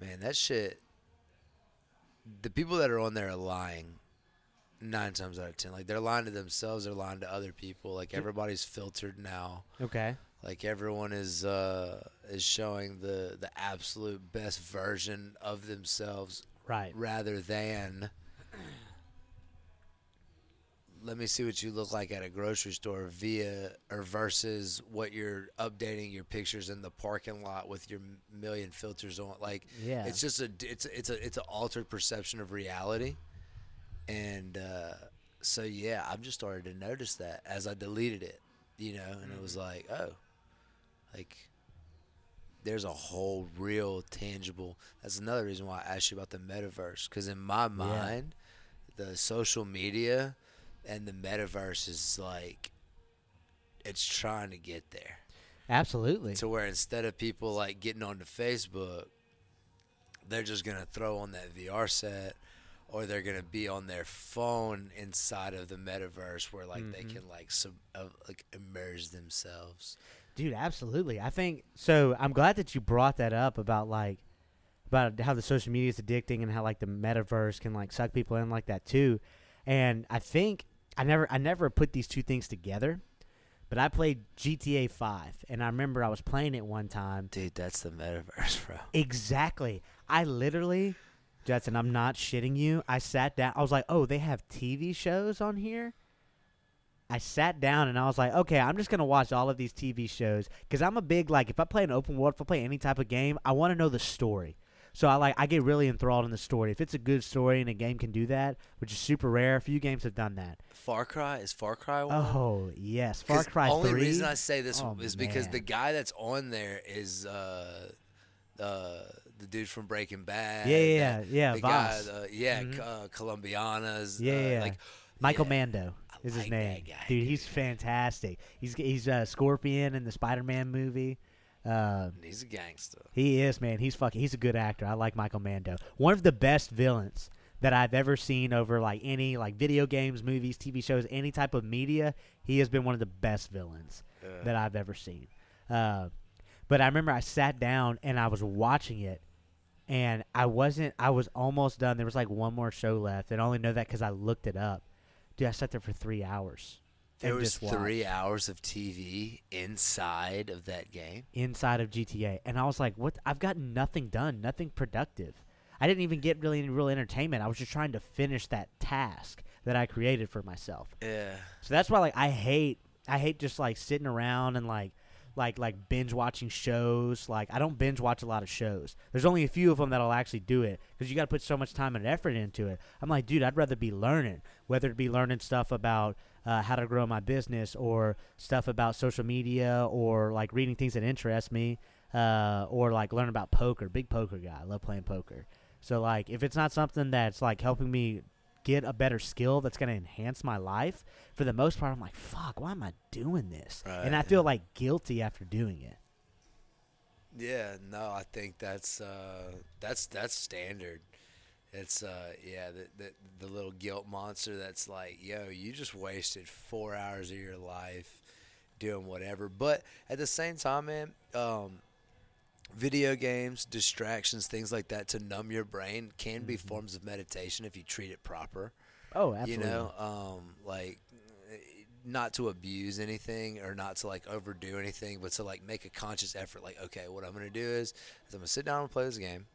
B: man, that shit. The people that are on there are lying. Nine times out of ten, like they're lying to themselves, they're lying to other people. Like everybody's filtered now
A: Okay.
B: like everyone is uh is showing the the absolute best version of themselves
A: Right.
B: rather than let me see what you look like at a grocery store via or versus what you're updating your pictures in the parking lot with your million filters on. Like,
A: Yeah.
B: it's just a it's it's a it's an altered perception of reality, and uh, so yeah, I've just started to notice that as I deleted it, you know, and it was like, oh, like there's a whole real tangible. That's another reason why I asked you about the metaverse because in my mind, the social media and the metaverse is like it's trying to get there
A: Absolutely.
B: to where instead of people like getting onto Facebook, they're just gonna throw on that VR set, or they're gonna be on their phone inside of the metaverse where like they can like sub- uh, like immerse themselves.
A: Dude, absolutely. I think so. I'm glad that you brought that up about like about how the social media is addicting and how like the metaverse can like suck people in like that too. And I think I never I never put these two things together, but I played GTA 5 and I remember I was playing it one time.
B: Dude, that's the metaverse, bro.
A: Exactly. I literally Judson, I'm not shitting you. I sat down. I was like, "Oh, they have TV shows on here." I sat down and I was like, "Okay, I'm just going to watch all of these TV shows cuz I'm a big like if I play an open world, if I play any type of game, I want to know the story." So I like I get really enthralled in the story. If it's a good story and a game can do that, which is super rare, few games have done that.
B: Far Cry is Far Cry one.
A: Oh, yes. Far
B: 'Cause
A: Cry
B: only
A: 3.
B: reason I say this
A: Oh,
B: is because the
A: man.
B: guy that's on there is uh, uh, the dude from Breaking Bad.
A: Yeah, yeah,
B: uh,
A: yeah, yeah,
B: the guy,
A: Voss. Mm-hmm.
B: the- yeah, c- uh, Colombianas. uh,
A: Yeah, yeah, yeah.
B: like
A: Michael
B: yeah.
A: Mando
B: I
A: is his
B: like that
A: name,
B: guy,
A: dude. He's fantastic. He's he's uh, Scorpion in the Spider-Man movie. Uh,
B: He's a gangster.
A: he is man. He's fucking. He's a good actor. I like Michael Mando. One of the best villains that I've ever seen over like any like video games, movies, TV shows, any type of media. He has been one of the best villains that I've ever seen. Uh, but I remember I sat down and I was watching it, and I wasn't. I was almost done. There was like one more show left, and I only know that because I looked it up. Dude, I sat there for three hours.
B: There
A: and
B: was
A: just watched
B: three hours of TV inside of that game.
A: inside of GTA, and I was like, "What? I've gotten nothing done, nothing productive. I didn't even get really any real entertainment. I was just trying to finish that task that I created for myself."
B: Yeah.
A: So that's why like I hate I hate just like sitting around and like like like binge watching shows. Like I don't binge watch a lot of shows. There's only a few of them that'll actually do it because you got to put so much time and effort into it. I'm like, dude, I'd rather be learning, whether it be learning stuff about uh, how to grow my business or stuff about social media or like reading things that interest me uh, or like learn about poker. Big poker guy. I love playing poker. So like if it's not something that's like helping me get a better skill that's going to enhance my life, for the most part I'm like, fuck, why am I doing this? and I
B: Right.
A: feel like guilty after doing it.
B: Yeah, no, I think that's uh, that's that's standard. It's uh, yeah, the, the the little guilt monster that's like, yo, you just wasted four hours of your life doing whatever. But at the same time, man, um, video games, distractions, things like that to numb your brain can be forms of meditation if you treat it proper.
A: Oh, absolutely.
B: You know, um, like not to abuse anything or not to like overdo anything, but to like make a conscious effort. Like, okay, what I'm gonna do is, is I'm gonna sit down and play this game,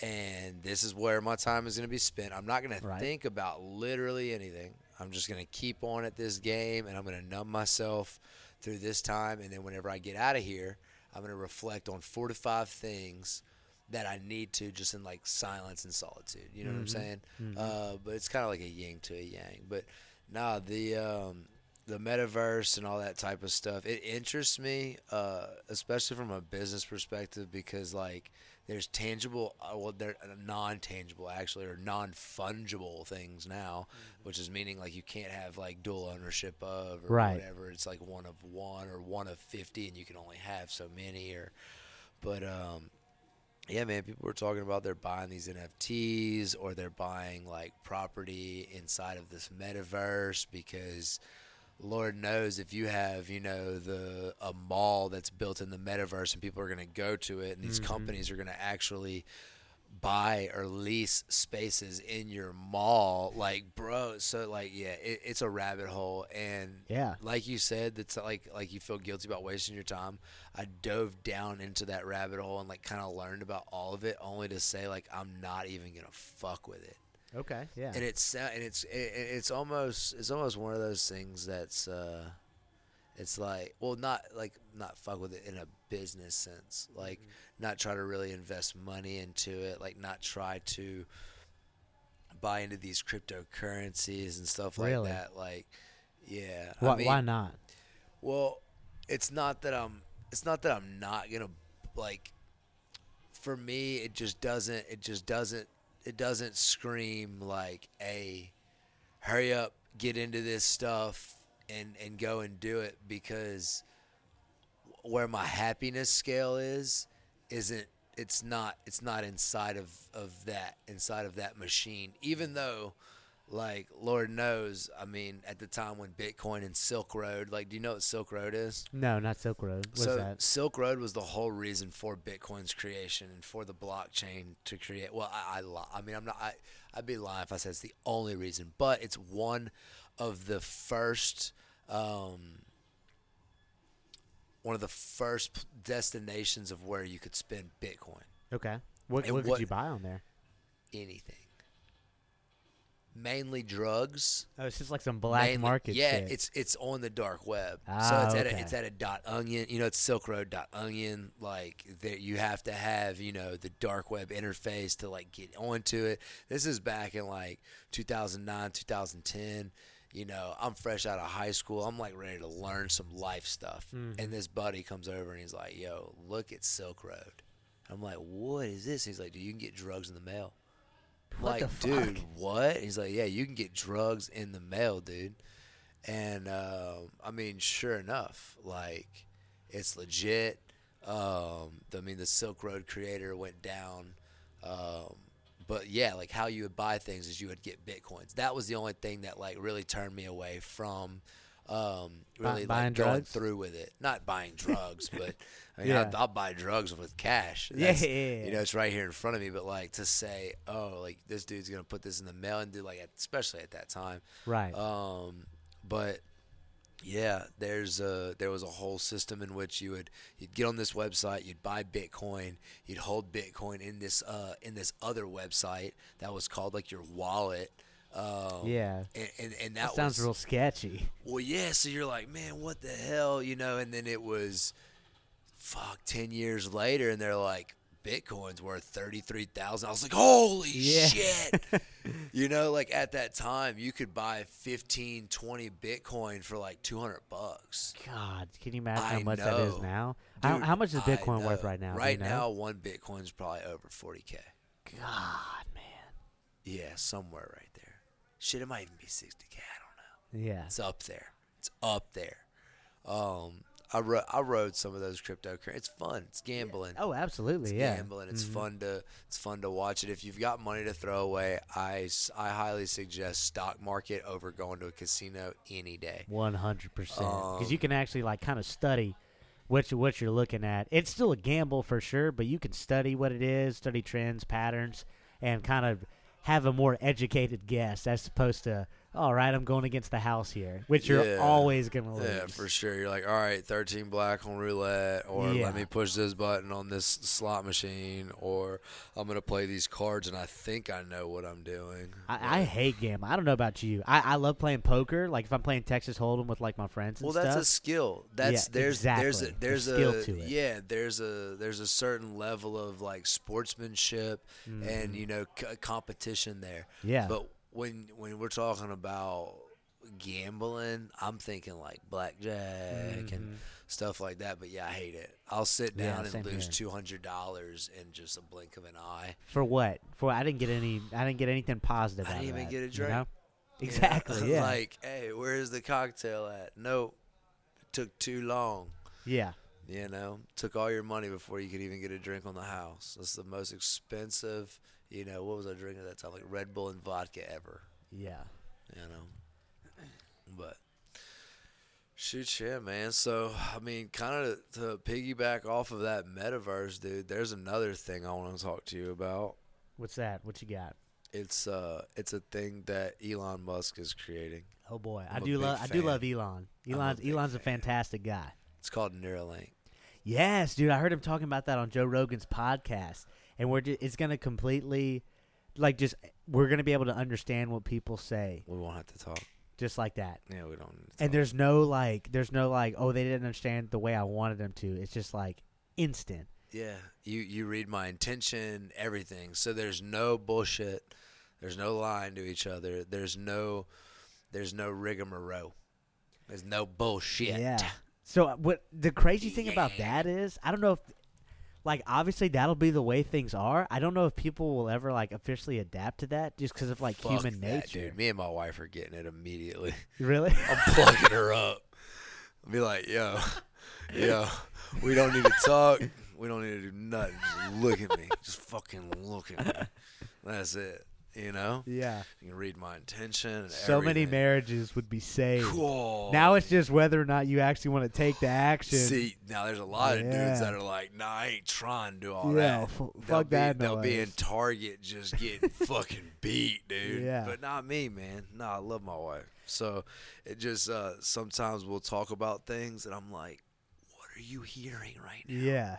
B: and this is where my time is gonna be spent. I'm not gonna
A: Right.
B: think about literally anything. I'm just gonna keep on at this game, and I'm gonna numb myself through this time. And then whenever I get out of here, I'm gonna reflect on four to five things that I need to just in like silence and solitude. You know what I'm saying? Uh, but it's kind of like a yin to a yang. But nah, the um, the metaverse and all that type of stuff it interests me, uh, especially from a business perspective because like there's tangible, uh, well, they're non tangible actually or non fungible things now, which is meaning like you can't have like dual ownership of or
A: Right.
B: whatever. It's like one of one or one of fifty, and you can only have so many or. But um, yeah, man, people were talking about they're buying these NFTs or they're buying like property inside of this metaverse because Lord knows if you have, you know, the a mall that's built in the metaverse and people are going to go to it and these companies are going to actually buy or lease spaces in your mall like bro so like yeah it, it's a rabbit hole and
A: Yeah.
B: like you said that's like like you feel guilty about wasting your time i dove down into that rabbit hole and like kind of learned about all of it only to say like i'm not even gonna fuck with it
A: Okay. Yeah.
B: and it's and it's it, it's almost it's almost one of those things that's uh it's like well not like not fuck with it in a business sense
A: Mm-hmm.
B: like not try to really invest money into it like not try to buy into these cryptocurrencies and stuff like
A: Really?
B: that like yeah I
A: why,
B: mean-
A: why not?
B: well, it's not that I'm. It's not that I'm not gonna like. For me, it just doesn't. It just doesn't. It doesn't scream like a, hurry up, get into this stuff, and and go and do it because. Where my happiness scale is, isn't. It's not. It's not inside of of that. Inside of that machine. Even though like lord knows i mean at the time when bitcoin and silk road like do you know what silk road is
A: No, not Silk Road. What's
B: so
A: that?
B: silk road was the whole reason for bitcoin's creation and for the blockchain to create well i i, li- I mean i'm not I, i'd be lying if i said it's the only reason but it's one of the first um one of the first p- destinations of where you could spend bitcoin
A: Okay. What,
B: And
A: what could
B: what-
A: you buy on there?
B: anything mainly drugs
A: Oh, it's just like some black
B: mainly-
A: market.
B: Yeah,
A: shit.
B: it's it's on the dark web. so
A: Ah,
B: it's at a,
A: okay.
B: it's at a dot onion. You know, it's Silk Road dot onion. Like there, you have to have you know the dark web interface to like get onto it. This is back in like 2009, 2010. You know, I'm fresh out of high school. I'm like ready to learn some life stuff.
A: Hmm.
B: And this buddy comes over and he's like, "Yo, look at Silk Road." I'm like, "What is this?" He's like, "Dude, you can get drugs in the mail."
A: What the
B: like, dude,
A: fuck?
B: what? He's like, yeah, you can get drugs in the mail, dude. And um, I mean, sure enough, like it's legit. Um, I mean, the Silk Road creator went down, um, but yeah, like how you would buy things is you would get bitcoins. That was the only thing that like really turned me away from um, really
A: buying
B: like going
A: drugs?
B: through with it. Not buying drugs, but I mean,
A: Yeah.
B: I'll, I'll buy drugs with cash.
A: Yeah,
B: That's-
A: yeah, yeah,
B: You
A: yeah.
B: know, it's right here in front of me. But like to say, oh, like this dude's gonna put this in the mail and do like, especially at that time.
A: right.
B: Um, but yeah, there's a there was a whole system in which you would you'd get on this website, you'd buy Bitcoin, you'd hold Bitcoin in this uh in this other website that was called like your wallet. Um,
A: yeah.
B: and and, and
A: That,
B: that,
A: sounds
B: was,
A: real sketchy.
B: well, yeah. So you're like, man, what the hell, you know? And then it was, fuck, ten years later, and they're like, Bitcoin's worth thirty three thousand. I was like, holy
A: Yeah.
B: shit, you know? Like at that time, you could buy 15, 20 Bitcoin for like two hundred bucks.
A: God, can you imagine how
B: I
A: much that is
B: know.
A: now? how,
B: Dude,
A: how much is
B: I
A: Bitcoin
B: know.
A: worth right now? do you
B: Right
A: know?
B: now, one Bitcoin's probably over forty k.
A: God, man.
B: Yeah, somewhere right there. Shit, it might even be sixty k. I don't know.
A: Yeah.
B: It's up there. It's up there. Um, I ro- I rode some of those cryptocurrency. It's fun. It's gambling.
A: Oh, absolutely.
B: it's
A: Yeah. Mm-hmm.
B: gambling. It's fun to it's fun to watch it. If you've got money to throw away, I s- I highly suggest stock market over going to a casino any day.
A: One hundred percent. Because you
B: Um,
A: can actually like kind of study what you, what you're looking at. It's still a gamble for sure, but you can study what it is, study trends, patterns, and kind of have a more educated guess as opposed to all right, I'm going against the house here, which you're
B: Yeah.
A: always gonna lose.
B: Yeah, for sure. You're like, all right, thirteen black on roulette, or
A: Yeah.
B: let me push this button on this slot machine, or I'm gonna play these cards and I think I know what I'm doing.
A: I, I hate gambling. I don't know about you. I, I love playing poker. Like if I'm playing Texas Hold'em with like my friends and
B: Well,
A: stuff.
B: that's a skill. That's there's there's
A: exactly.
B: a there's
A: There's skill
B: a
A: to it.
B: yeah there's a there's a certain level of like sportsmanship and you know c- competition there.
A: Mm-hmm. Yeah.
B: But when when we're talking about gambling, I'm thinking like blackjack and stuff like that. But yeah, I hate it. I'll sit
A: Mm-hmm. Yeah,
B: down
A: same
B: and lose
A: here.
B: two hundred dollars in just a blink of an eye.
A: for what? For I didn't get any. I didn't get anything positive.
B: I
A: out
B: didn't
A: of
B: even
A: that,
B: get a
A: you know?
B: drink.
A: Exactly. Yeah.
B: like, hey, where's the cocktail at? Nope. Took too long.
A: yeah.
B: You know, took all your money before you could even get a drink on the house. That's the most expensive, you know, what was I drinking at that time? Like Red Bull and vodka ever,
A: Yeah.
B: you know. But shoot, yeah, man. So, I mean, kind of to piggyback off of that metaverse, dude, there's another thing I want to talk to you about.
A: What's that? What you got?
B: It's uh it's a thing that Elon Musk is creating.
A: Oh boy, i
B: I'm a
A: do
B: big
A: love I do
B: fan.
A: love Elon.
B: a
A: Elon's
B: big
A: Elon's a
B: fan.
A: fantastic guy.
B: It's called Neuralink.
A: Yes, dude, I heard him talking about that on Joe Rogan's podcast, and we're ju- it's going to completely like just we're gonna be able to understand what people say
B: We won't have to talk.
A: just like that.
B: Yeah, we don't. Need to
A: And
B: talk.
A: there's no like, there's no like, oh, they didn't understand the way I wanted them to. It's just like instant.
B: Yeah, you you read my intention, everything. So there's no bullshit. There's no lying to each other. There's no there's no rigmarole. There's no bullshit.
A: Yeah. So uh, what the crazy thing about that is, I don't know if, like, obviously that'll be the way things are. I don't know if people will ever like officially adapt to that, just because of like
B: Fuck
A: human
B: that,
A: nature.
B: dude. Me and my wife are getting it immediately.
A: Really?
B: I'm plugging her up. I'll be like, yo, yo, we don't need to talk. We don't need to do nothing. Just look at me. Just fucking look at me. That's it. You know?
A: yeah.
B: You can read my intention. And
A: So many
B: everything.
A: marriages would be saved.
B: Cool.
A: Now it's just whether or not you actually want to take the action.
B: See, now there's a lot of dudes
A: Yeah.
B: that are like, nah, I ain't trying to do all
A: Yeah,
B: that.
A: f-
B: they'll
A: fuck
B: be,
A: that
B: They'll be in
A: noise.
B: Target just getting fucking beat, dude.
A: Yeah.
B: But not me, man. No, I love my wife. So it just uh, sometimes we'll talk about things, and I'm like, what are you hearing right now?
A: yeah.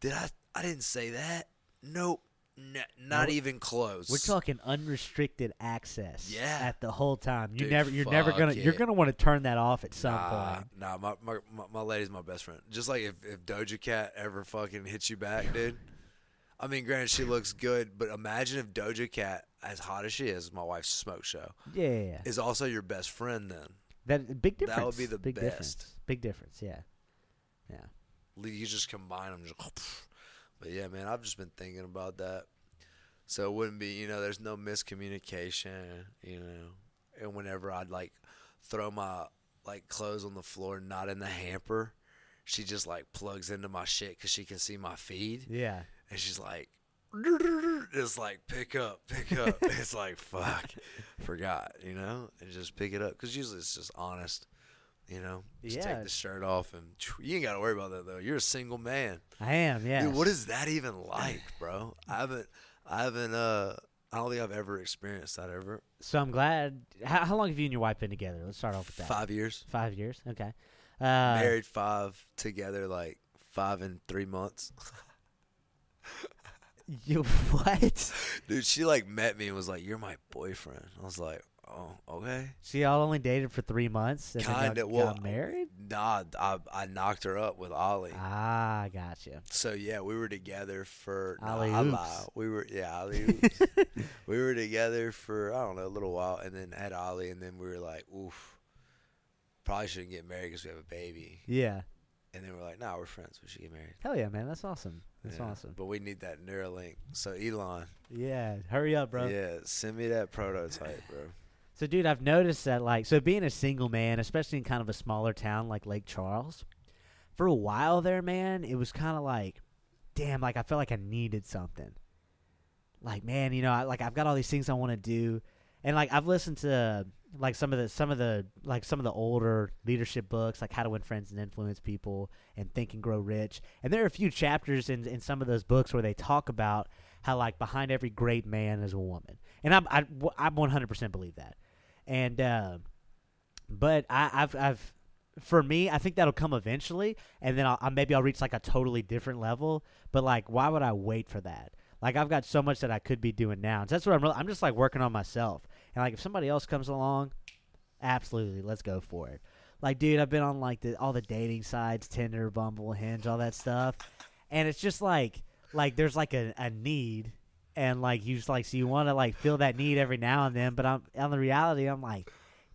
B: Did I? I didn't say that. Nope. N- not
A: we-
B: even close.
A: We're talking unrestricted access.
B: Yeah.
A: At the whole time, you
B: Dude,
A: never, you're never
B: fuck
A: gonna, you're
B: it.
A: gonna want to turn that off at some
B: Nah,
A: point.
B: nah, my, my, my, my lady's my best friend. Just like if, if Doja Cat ever fucking hits you back, dude. I mean, granted, she looks good, but imagine if Doja Cat, as hot as she is, my wife's smoke show,
A: Yeah, yeah, yeah.
B: is also your best friend then.
A: that big difference.
B: that would be the
A: big difference.
B: best.
A: Big difference. Yeah, yeah.
B: You just combine them. Just, but yeah, man, I've just been thinking about that. So it wouldn't be, you know, there's no miscommunication, you know. And whenever I'd like throw my like clothes on the floor, not in the hamper, she just like plugs into my shit because she can see my feed,
A: Yeah.
B: and she's like, it's like pick up, pick up. it's like fuck, forgot, you know, and just pick it up because usually it's just honest, you know. Just
A: Yeah.
B: take the shirt off and you ain't gotta worry about that though. You're a single man.
A: I am. Yeah.
B: Dude, what is that even like, bro? I haven't, I haven't, uh, I don't think I've ever experienced that ever.
A: so I'm glad. How, how long have you and your wife been together? Let's start off with that.
B: Five years,
A: Five years. Okay. Uh,
B: married five together, like five and three months.
A: You what?
B: Dude, she like met me and was like, "You're my boyfriend." I was like, "Oh, okay."
A: So y'all only dated for three months and then
B: Kinda.
A: y'all
B: Well,
A: got married?
B: Nah, I, I knocked her up with Ollie.
A: Ah, gotcha.
B: So yeah, we were together for nah,
A: Ollie
B: I
A: Oops.
B: lie. We were yeah, Ollie Oops. we were together for I don't know a little while, and then had Ollie, and then we were like, oof, probably shouldn't get married because we have a baby.
A: Yeah.
B: And then we're like, nah, we're friends. We should get married.
A: Hell yeah, man. That's awesome. That's
B: Yeah.
A: awesome.
B: But we need that Neuralink. So Elon,
A: Yeah. Hurry up, bro.
B: yeah, send me that prototype, bro.
A: So, dude, I've noticed that, like, so being a single man, especially in kind of a smaller town like Lake Charles, for a while there, man, it was kind of like, damn, like, I felt like I needed something. Like, man, you know, I, like, I've got all these things I want to do. And, like, I've listened to, like, some of the, some of the, like, some of the older leadership books, like How to Win Friends and Influence People and Think and Grow Rich. And there are a few chapters in, in some of those books where they talk about how, like, behind every great man is a woman. And I'm, I, I 100% believe that and uh, but I, I've I've for me I think that'll come eventually, and then I'll, I maybe I'll reach like a totally different level. But like, why would I wait for that? Like I've got so much that I could be doing now. And so that's what I'm really I'm just like working on myself. And like if somebody else comes along, absolutely, let's go for it. Like dude, I've been on like the all the dating sites, Tinder, Bumble, Hinge, all that stuff. And it's just like like there's like a, a need and like you just like so you want to like feel that need every now and then, but I'm on the reality I'm like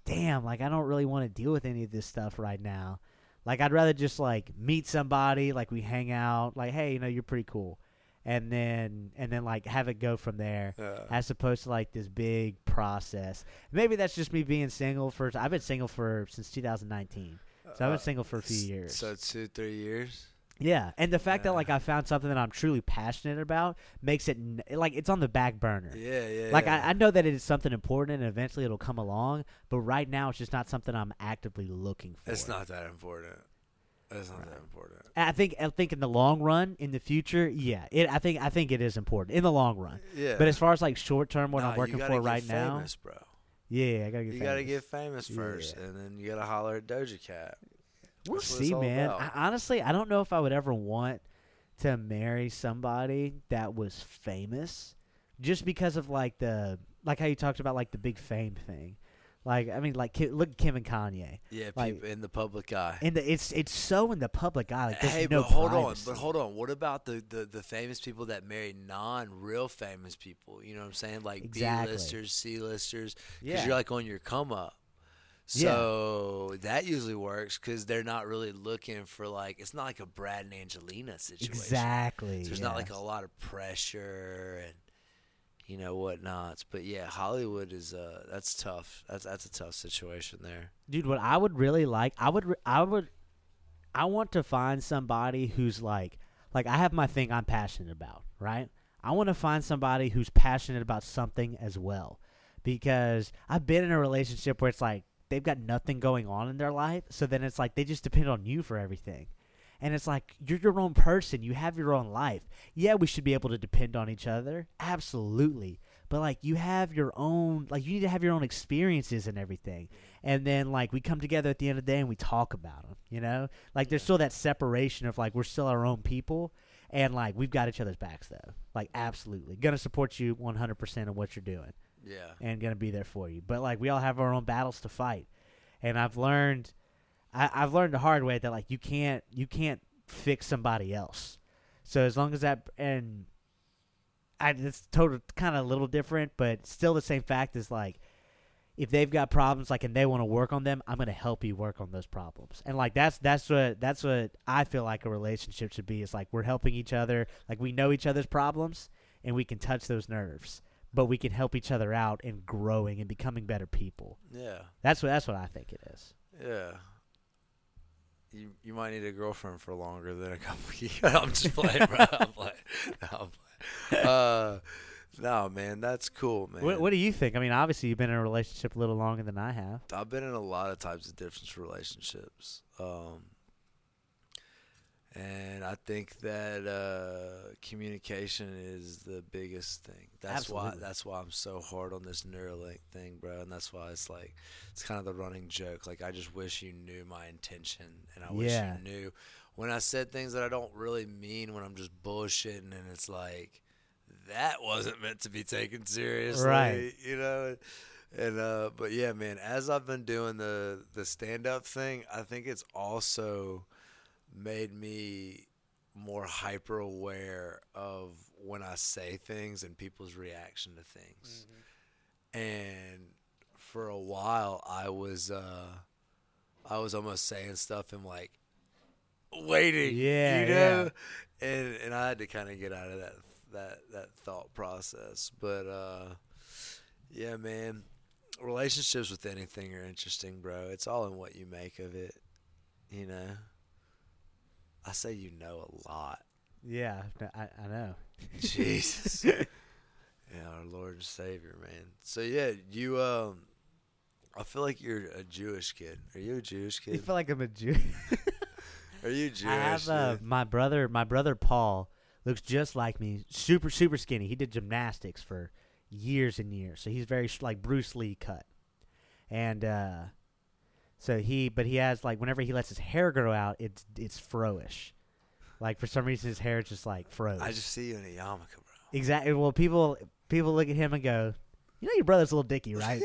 A: damn, like I don't really want to deal with any of this stuff right now. Like I'd rather just like meet somebody, like we hang out, like hey, you know, you're pretty cool. And then and then like have it go from there
B: Uh,
A: as opposed to like this big process. Maybe that's just me being single for I've been single for since 2019. So I've
B: uh,
A: been single for a few
B: s-
A: years.
B: So two, three years.
A: yeah, and the fact that
B: Yeah.
A: like I found something that I'm truly passionate about makes it n- like it's on the back burner.
B: Yeah, yeah.
A: Like
B: yeah.
A: I, I know that it is something important and eventually it'll come along, but right now it's just not something I'm actively looking for.
B: it's not that important. It's not that important.
A: And I think I think in the long run, in the future, yeah, it. I think I think it is important in the long run.
B: Yeah.
A: But as far as like short term, what
B: Nah,
A: I'm
B: you
A: working
B: gotta
A: for
B: get
A: right now,
B: famous, bro.
A: yeah, I gotta get.
B: You gotta
A: famous.
B: get famous
A: Yeah.
B: first, and then you gotta holler at Doja Cat.
A: We'll
B: That's what it's
A: see,
B: all
A: man. I,
B: about.
A: honestly, I don't know if I would ever want to marry somebody that was famous just because of like the like how you talked about like the big fame thing. Like I mean, like Ki- look at Kim and Kanye,
B: Yeah,
A: Like-
B: people in the public eye.
A: and the, it's it's so in the public eye. Like, there's
B: hey,
A: no
B: but hold on,
A: privacy.
B: but hold on. What about the, the the famous people that marry non-real famous people? You know what I'm saying? Like
A: Exactly.
B: B-listers, C-listers, because
A: Yeah.
B: you're like on your come up.
A: Yeah.
B: So that usually works because they're not really looking for like it's not like a Brad and Angelina situation.
A: exactly.
B: So there's not like
A: yeah.
B: a lot of pressure and you know whatnots. But yeah, Hollywood is uh that's tough. That's that's a tough situation there.
A: dude what i would really like i would re- i would i want to find somebody who's like like i have my thing i'm passionate about right i want to find somebody who's passionate about something as well because i've been in a relationship where it's like they've got nothing going on in their life so then it's like they just depend on you for everything and it's like you're your own person you have your own life yeah we should be able to depend on each other absolutely but like you have your own like you need to have your own experiences and everything and then like we come together at the end of the day and we talk about them you know like there's still that separation of like we're still our own people and like we've got each other's backs though like absolutely gonna support you 100% of what you're doing
B: Yeah.
A: and gonna be there for you. But like we all have our own battles to fight, and I've learned, I, I've learned the hard way that like you can't you can't fix somebody else. So as long as that and I it's total kind of a little different, but still the same fact is like if they've got problems like and they want to work on them, I'm gonna help you work on those problems. And like that's that's what that's what I feel like a relationship should be. Is like we're helping each other, like we know each other's problems and we can touch those nerves but we can help each other out in growing and becoming better people.
B: Yeah.
A: That's what that's what I think it is.
B: Yeah. You you might need a girlfriend for longer than a couple years. I'm just playing, bro. I'm playing. No, I'm playing. Uh, no, man, that's cool, man.
A: What, what do you think? I mean, obviously you've been in a relationship a little longer than I have.
B: I've been in a lot of types of different relationships. Um, and I think that uh, communication is the biggest thing. That's why
A: Absolutely.
B: that's why I'm so hard on this Neuralink thing, bro. And that's why it's like it's kind of the running joke. Like I just wish you knew my intention, and I wish
A: Yeah.
B: you knew when I said things that I don't really mean when I'm just bullshitting, and it's like that wasn't meant to be taken seriously,
A: Right.
B: You know. And uh, but yeah, man, as I've been doing the the stand up thing, I think it's also made me more hyper aware of when I say things and people's reaction to things. And for a while, I was uh, I was almost saying stuff and like waiting,
A: Yeah,
B: you know, and and I had to kind of get out of that that that thought process, but. uh yeah, man. Relationships with anything are interesting, bro. It's all in what you make of it, you know. I say you know a lot.
A: Yeah, I, I know.
B: Jesus. yeah, our Lord and Savior, man. So yeah, you um I feel like you're a Jewish kid. Are you a Jewish
A: You
B: kid?
A: feel like I'm a Jew.
B: Are you Jewish?
A: I have uh,
B: dude?
A: my brother. My brother Paul looks just like me. Super super skinny. He did gymnastics for years and years, so he's very sh- like Bruce Lee cut. And uh, so he, but he has like whenever he lets his hair grow out, it's it's froish. Like for some reason, his hair is just like froze.
B: I just see you in a yarmulke, bro.
A: Exactly. Well, people people look at him and go, "You know, your brother's a little dicky, right?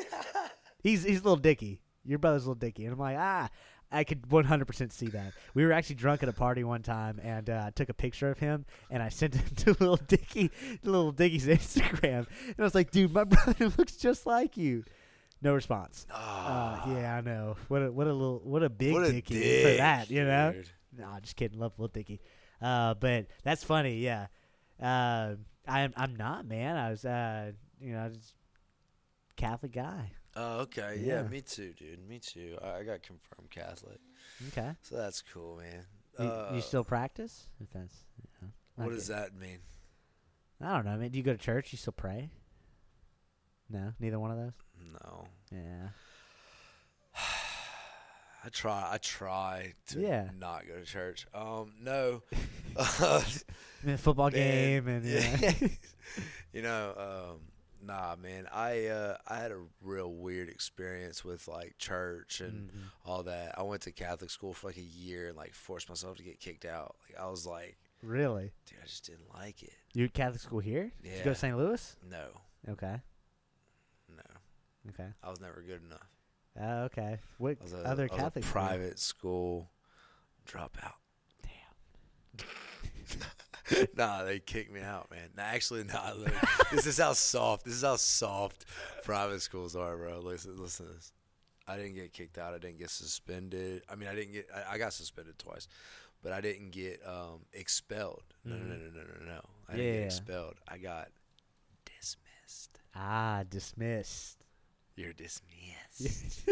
A: he's he's a little dicky. Your brother's a little dicky." And I'm like, ah. I could 100% see that. We were actually drunk at a party one time, and uh, I took a picture of him, and I sent it to Little Dicky, Little Dicky's Instagram, and I was like, "Dude, my brother looks just like you." No response. Uh,
B: Ah,
A: yeah, I know. What a what a little what a big
B: what a
A: dicky
B: dick,
A: for that, you know?
B: dude.
A: Nah, just kidding. Love Lil Dicky. Uh, but that's funny. Yeah. Uh, I'm I'm not man. I was uh, you know, I was Catholic guy.
B: Oh, okay.
A: Yeah.
B: Yeah. me too, dude. Me too. I, I got confirmed Catholic.
A: Okay.
B: So that's cool, man.
A: You,
B: uh,
A: you still practice? If that's. yeah.
B: What
A: Okay.
B: does that mean?
A: I don't know, man. Do you go to church? You still pray? No, neither one of those.
B: No,
A: Yeah.
B: I try. I try to
A: Yeah.
B: not go to church. Um, no. Uh,
A: And then football
B: Man,
A: game and yeah.
B: you know, um, nah, man. I uh, I had a real weird experience with like church and
A: Mhm.
B: all that. I went to Catholic school for like a year and like forced myself to get kicked out. Like I was like
A: Really?
B: Dude, I just didn't like it.
A: You at Catholic school here? Did you go
B: Yeah.
A: to St. Louis?
B: No,
A: Okay.
B: no,
A: Okay.
B: I was never good enough.
A: Uh, okay. What
B: I was a,
A: other
B: I was a
A: Catholic school?
B: private school dropout.
A: Damn.
B: nah, they kicked me out, man. Nah, actually, nah. Look, this is how soft. This is how soft private schools are, bro. Listen, listen to this. I didn't get kicked out. I didn't get suspended. I mean, I didn't get. I, I got suspended twice, but I didn't get um, expelled. No, no, no, no, no, no, no. I didn't
A: Mm-hmm. Yeah.
B: get expelled. I got dismissed.
A: Ah, dismissed.
B: You're dismissed.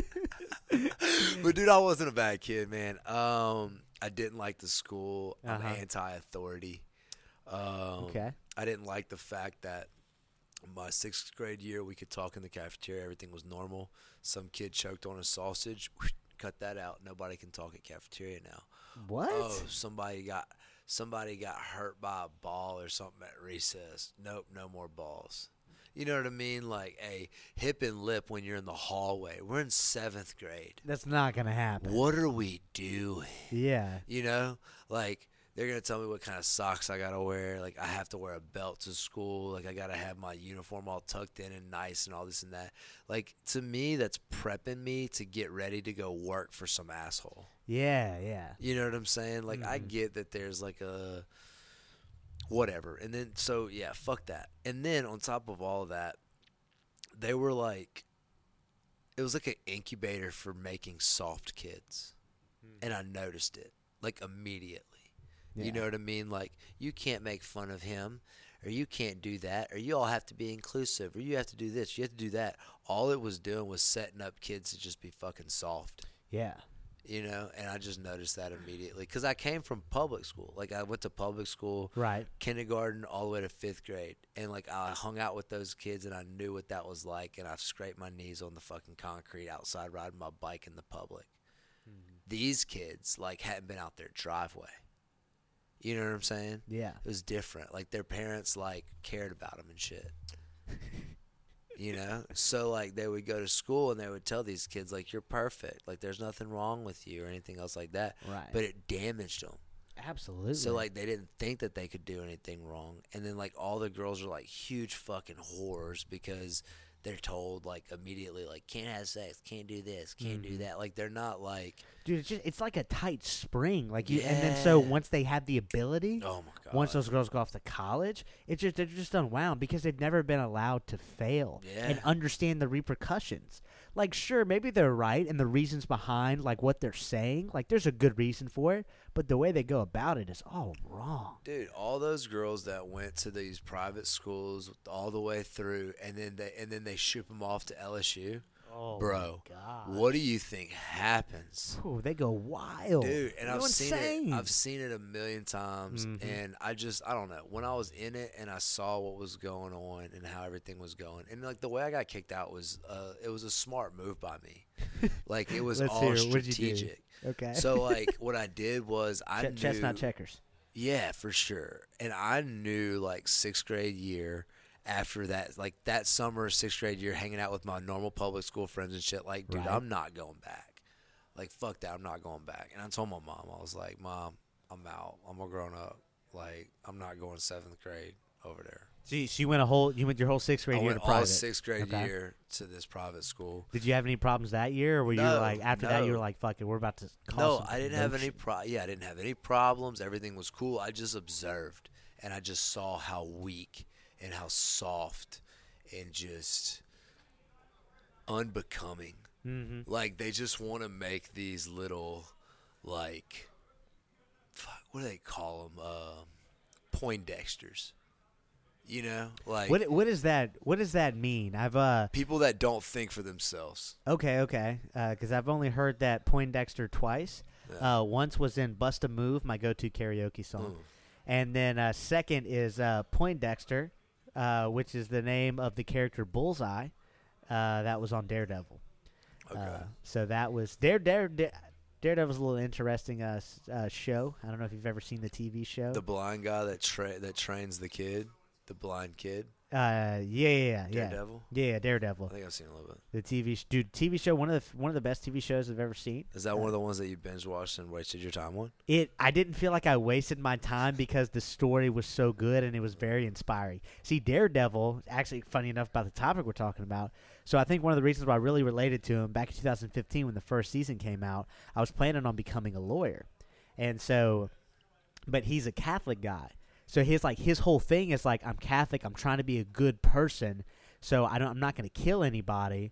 B: but dude, I wasn't a bad kid, man. Um, I didn't like the school. I'm
A: Uh-huh.
B: anti-authority. Um,
A: Okay.
B: I didn't like the fact that my sixth grade year we could talk in the cafeteria. Everything was normal. Some kid choked on a sausage. Cut that out. Nobody can talk at cafeteria now.
A: What?
B: Oh, somebody got somebody got hurt by a ball or something at recess. Nope, no more balls. You know what I mean? Like a hip and lip when you're in the hallway. We're in seventh grade.
A: That's not gonna happen.
B: What are we doing?
A: Yeah.
B: You know, like they're gonna tell me what kind of socks I gotta wear. Like I have to wear a belt to school. Like I gotta have my uniform all tucked in and nice and all this and that. Like to me, that's prepping me to get ready to go work for some asshole.
A: Yeah. Yeah.
B: You know what I'm saying? Like I get that there's like a whatever, and then so yeah, fuck that. And then on top of all that, they were like, it was like an incubator for making soft kids, and I noticed it like immediately.
A: Yeah.
B: You know what I mean? Like you can't make fun of him. Or you can't do that, or you all have to be inclusive, or you have to do this, you have to do that. All it was doing was setting up kids to just be fucking soft
A: Yeah.
B: you know and i just noticed that immediately because i came from public school like i went to public school
A: Right.
B: kindergarten all the way to fifth grade and like i hung out with those kids and i knew what that was like and i've scraped my knees on the fucking concrete outside riding my bike in the public these kids like hadn't been out their driveway you know what i'm saying
A: Yeah.
B: it was different like their parents like cared about them and shit you know so like they would go to school and they would tell these kids like you're perfect like there's nothing wrong with you or anything else like that
A: Right.
B: but it damaged them
A: Absolutely.
B: so like they didn't think that they could do anything wrong and then like all the girls are like huge fucking whores because they're told like immediately like can't have sex can't do this can't
A: Mm-hmm.
B: do that like they're not like
A: dude, it's just it's like a tight spring. Like you, and then so
B: Yeah.
A: once they have the ability,
B: oh my god
A: once those girls go off to college, it's just they're just unwound because they've never been allowed to fail and
B: Yeah.
A: understand the repercussions. Like, sure, maybe they're right and the reasons behind like what they're saying, like there's a good reason for it, but the way they go about it is all wrong.
B: Dude, all those girls that went to these private schools all the way through, and then they and then they ship them off to LSU,
A: Oh,
B: bro.
A: God.
B: What do you think happens,
A: Ooh, they go wild,
B: dude? And
A: They go
B: I've seen
A: Oh, insane. Mm-hmm.
B: it. I've seen it a million times, and I just I don't know. When I was in it, and I saw what was going on and how everything was going, and like the way I got kicked out was uh, it was a smart move by me. like it was
A: Let's
B: all
A: hear. What'd you do?
B: strategic.
A: Okay.
B: So like what I did was I
A: Ch-
B: knew
A: chestnut checkers.
B: yeah, for sure. And I knew like sixth grade year after that, like that summer, sixth grade year, hanging out with my normal public school friends and shit. Like, dude,
A: Right.
B: I'm not going back. Like, fuck that. I'm not going back. And I told my mom, I was like, Mom, I'm out. I'm a grown up. Like, I'm not going seventh grade over there.
A: She she went a whole you went your whole sixth grade
B: I
A: year
B: went
A: to
B: all
A: private.
B: sixth grade
A: Okay.
B: year to this private school.
A: Did you have any problems that year, or were you
B: No,
A: like after that you were
B: no.
A: like, "Fuck it, we're about to cause
B: No,
A: some
B: I didn't have any
A: commotion.
B: pro. Yeah, I didn't have any problems. Everything was cool. I just observed, and I just saw how weak and how soft and just unbecoming. Mm-hmm. Like they just want to make these little, like, fuck, what do they call them? Uh, Poindexters. You know, like
A: What what is that? What does that mean? I've uh
B: people that don't think for themselves.
A: okay okay because I've only heard that Poindexter twice. Uh, once was in "Bust a Move," my go-to karaoke song,
B: Mm,
A: and then uh, second is uh, Poindexter, uh, which is the name of the character Bullseye, uh, that was on Daredevil.
B: Okay.
A: Uh, so that was Dare Dare. Dare Daredevil's a little interesting uh, s- uh, show. I oh. don't know if you've ever seen the TV show.
B: the blind guy that tra- that trains the kid, the blind kid.
A: Uh, yeah, yeah, yeah, yeah,
B: Daredevil.
A: yeah,
B: I
A: Daredevil,
B: think I've seen a little bit.
A: the TV, sh- dude, TV show, one of the f- one of the best TV shows I've ever seen.
B: Is that one of the ones that you binge watched and wasted your time on?
A: It, I didn't feel like I wasted my time because the story was so good and it was very inspiring. See, Daredevil, actually, funny enough about the topic we're talking about. So I think one of the reasons why I really related to him back in 2015 when the first season came out, I was planning on becoming a lawyer, and so, but he's a Catholic guy, so his like his whole thing is like I'm Catholic, I'm trying to be a good person, so I don't, I'm not going to kill anybody.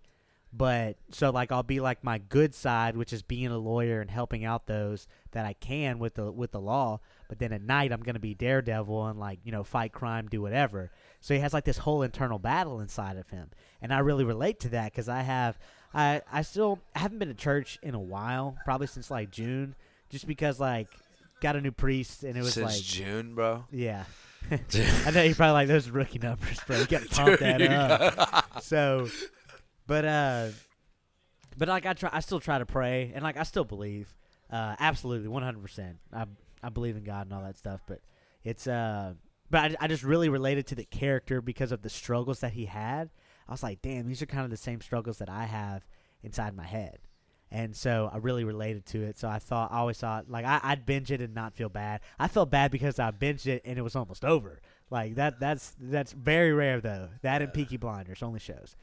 A: But so like I'll be like my good side, which is being a lawyer and helping out those that I can with the with the law. But then at night I'm gonna be daredevil and like you know fight crime, do whatever. So he has like this whole internal battle inside of him, and I really relate to that because I have I I still I haven't been to church in a while, probably since like June, just because like got a new priest and it was
B: Since
A: like
B: June, bro.
A: yeah. I know you're probably like those rookie numbers, bro. You gotta pump that
B: Dude,
A: up. so, but uh, but like I try, I still try to pray, and like I still believe, uh, absolutely, one hundred percent. I I believe in God and all that stuff, but it's uh, but I, I just really related to the character because of the struggles that he had. I was like, damn, these are kind of the same struggles that I have inside my head. And so I really related to it. So I thought, I always thought, like, I, I'd binge it and not feel bad. I felt bad because I binged it and it was almost over. Like that, that's that's very rare though. That and Peaky Blinders only shows.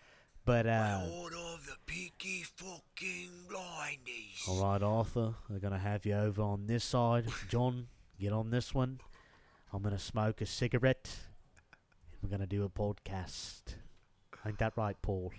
A: But uh,
B: Order of the Peaky fucking Blindies.
A: all right, Arthur, we're gonna have you over on this side. John, get on this one. I'm gonna smoke a cigarette. We're gonna do a podcast. Ain't that right, Paul?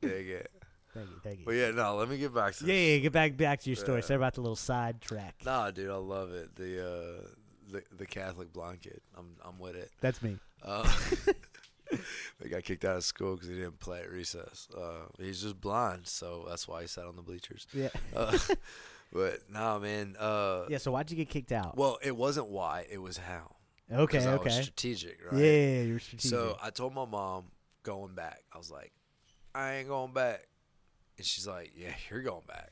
B: Dig it.
A: Thank you, thank you.
B: But yeah, no. Let me get back to
A: Yeah,
B: this.
A: yeah, get back back to your story.
B: Yeah.
A: Sorry about the little sidetrack.
B: Nah, dude, I love it. The uh, the the Catholic blanket. I'm I'm with it.
A: That's me.
B: Uh, they got kicked out of school because he didn't play at recess. Uh, he's just blind, so that's why he sat on the bleachers.
A: Yeah.
B: Uh, but nah, man. Uh,
A: Yeah, so why'd you get kicked out?
B: Well, it wasn't why. It was how.
A: okay,
B: 'Cause I was
A: okay.
B: strategic, right?
A: Yeah, yeah, yeah, you're strategic.
B: So I told my mom going back. I was like, I ain't going back. And she's like, Yeah, you're going back.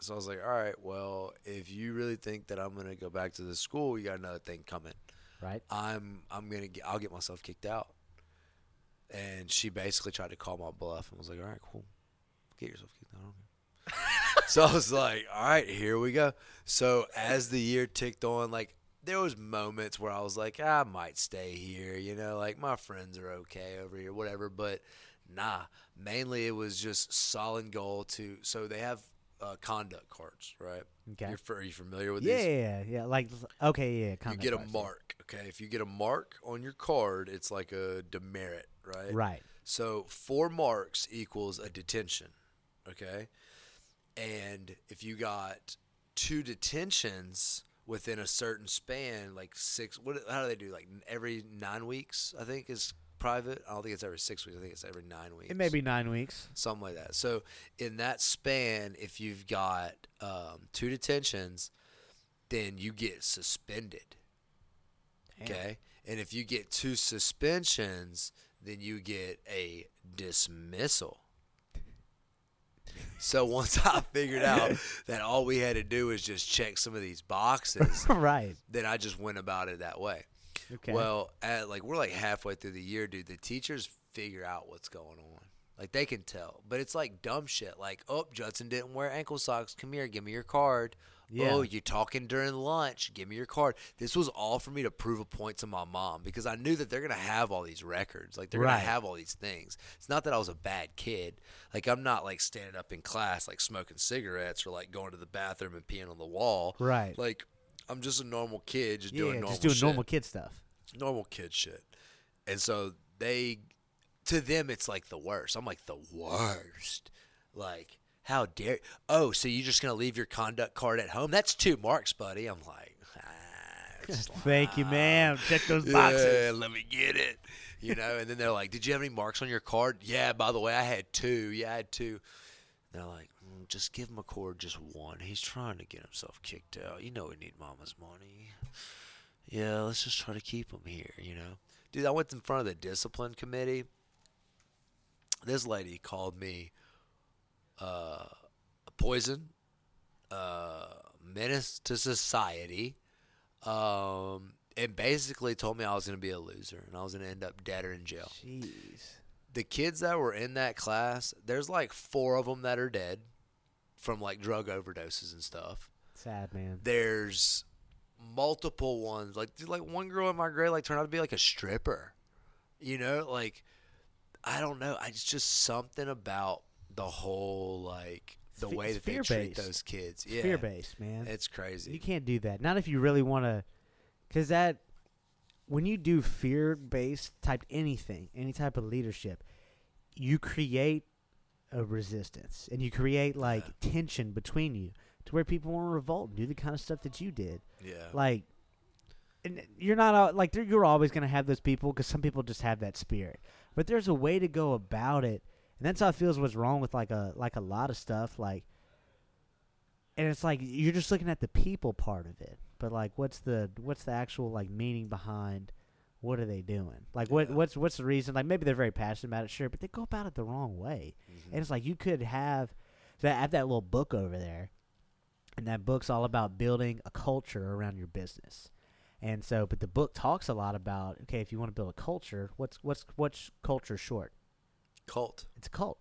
B: So I was like, All right, well, if you really think that I'm gonna go back to the school, you got another thing coming.
A: right?
B: I'm I'm gonna get I'll get myself kicked out. And she basically tried to call my bluff and was like, All right, cool. Get yourself kicked out. I don't care." so I was like, All right, here we go. So as the year ticked on, like there was moments where I was like, I might stay here, you know, like my friends are okay over here, whatever, but nah. Mainly it was just solid goal to so they have uh, conduct cards, right?
A: Okay.
B: You're, f- are you familiar with
A: Yeah,
B: these?
A: yeah, yeah, yeah. Like, okay, yeah.
B: you
A: contact
B: get a
A: person.
B: mark. Okay, if you get a mark on your card, it's like a demerit, right?
A: Right.
B: So four marks equals a detention. Okay, and if you got two detentions within a certain span, like six, what? How do they do? Like every nine weeks, I think is private. I don't think it's every six weeks. I think it's every nine weeks
A: It may be nine weeks.
B: something like that. So in that span, if you've got um, two detentions, then you get suspended.
A: Damn.
B: Okay, and if you get two suspensions, then you get a dismissal. So once I figured out that all we had to do was just check some of these boxes,
A: right.
B: then I just went about it that way.
A: Okay.
B: Well, at, like we're like halfway through the year, dude. The teachers figure out what's going on. Like they can tell, but it's like dumb shit. Like, oh, Judson didn't wear ankle socks. Come here, give me your card.
A: Yeah.
B: Oh, you're talking during lunch. Give me your card. This was all for me to prove a point to my mom because I knew that they're gonna have all these records. Like they're
A: Right.
B: gonna have all these things. It's not that I was a bad kid. Like I'm not like standing up in class like smoking cigarettes or like going to the bathroom and peeing on the wall.
A: Right.
B: Like I'm just a normal kid, just
A: yeah,
B: doing normal
A: just doing
B: shit
A: normal kid stuff.
B: normal kid shit. And so they, to them, it's like the worst. I'm like, the worst. Like, how dare, oh, so you're just going to leave your conduct card at home? That's two marks, buddy. I'm like, ah, it's
A: Thank you,
B: like,
A: ma'am. Check those
B: Yeah,
A: boxes.
B: let me get it. You know, and then they're like, did you have any marks on your card? Yeah, by the way, I had two. Yeah, I had two. They're like, "Mm, just give him a cord, just one. He's trying to get himself kicked out. You know we need mama's money. Yeah, let's just try to keep him here, you know? Dude, I went in front of the discipline committee. This lady called me uh, a poison, uh, menace to society, um, and basically told me I was going to be a loser and I was going to end up dead or in jail.
A: Jeez.
B: The kids that were in that class, there's like four of them that are dead from like drug overdoses and stuff.
A: Sad, man.
B: There's multiple ones. Like dude, like one girl in my grade like turned out to be like a stripper. You know, like I don't know. I, it's just something about the whole like the
A: Fe-
B: way
A: it's
B: that they treat
A: fear-based.
B: those kids. Yeah,
A: Fear based, man.
B: It's
A: You
B: crazy.
A: can't do that. Not if you really want to, because that when you do fear based type anything, any type of leadership, you create a resistance and you create like
B: Yeah.
A: tension between you to where people want to revolt and do the kind of stuff that you did.
B: Yeah,
A: Like, and you're not al- like there- you're always gonna have those people because some people just have that spirit, but there's a way to go about it, and that's how it feels. What's wrong with like a like a lot of stuff like, and it's like you're just looking at the people part of it, but like what's the what's the actual like meaning behind what are they doing? Like what
B: Yeah.
A: what's what's the reason? Like maybe they're very passionate about it, sure, but they go about it the wrong way.
B: Mhm.
A: And it's like you could have that I have that little book over there, and that book's all about building a culture around your business. And so, but the book talks a lot about okay, if you want to build a culture, what's what's what's culture short?
B: cult.
A: It's a cult.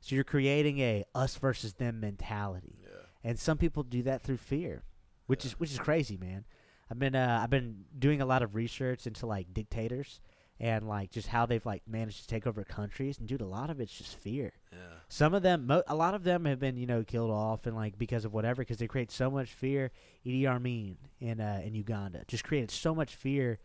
A: So you're creating a us versus them mentality
B: Yeah,
A: and some people do that through fear, which is which is crazy, man. I've been uh, I've been doing a lot of research into like dictators and like just how they've like managed to take over countries, and dude, a lot of it's just fear.
B: yeah.
A: Some of them, mo- a lot of them have been, you know, killed off and like because of whatever, because they create so much fear. Idi Amin in uh, in Uganda just created so much fear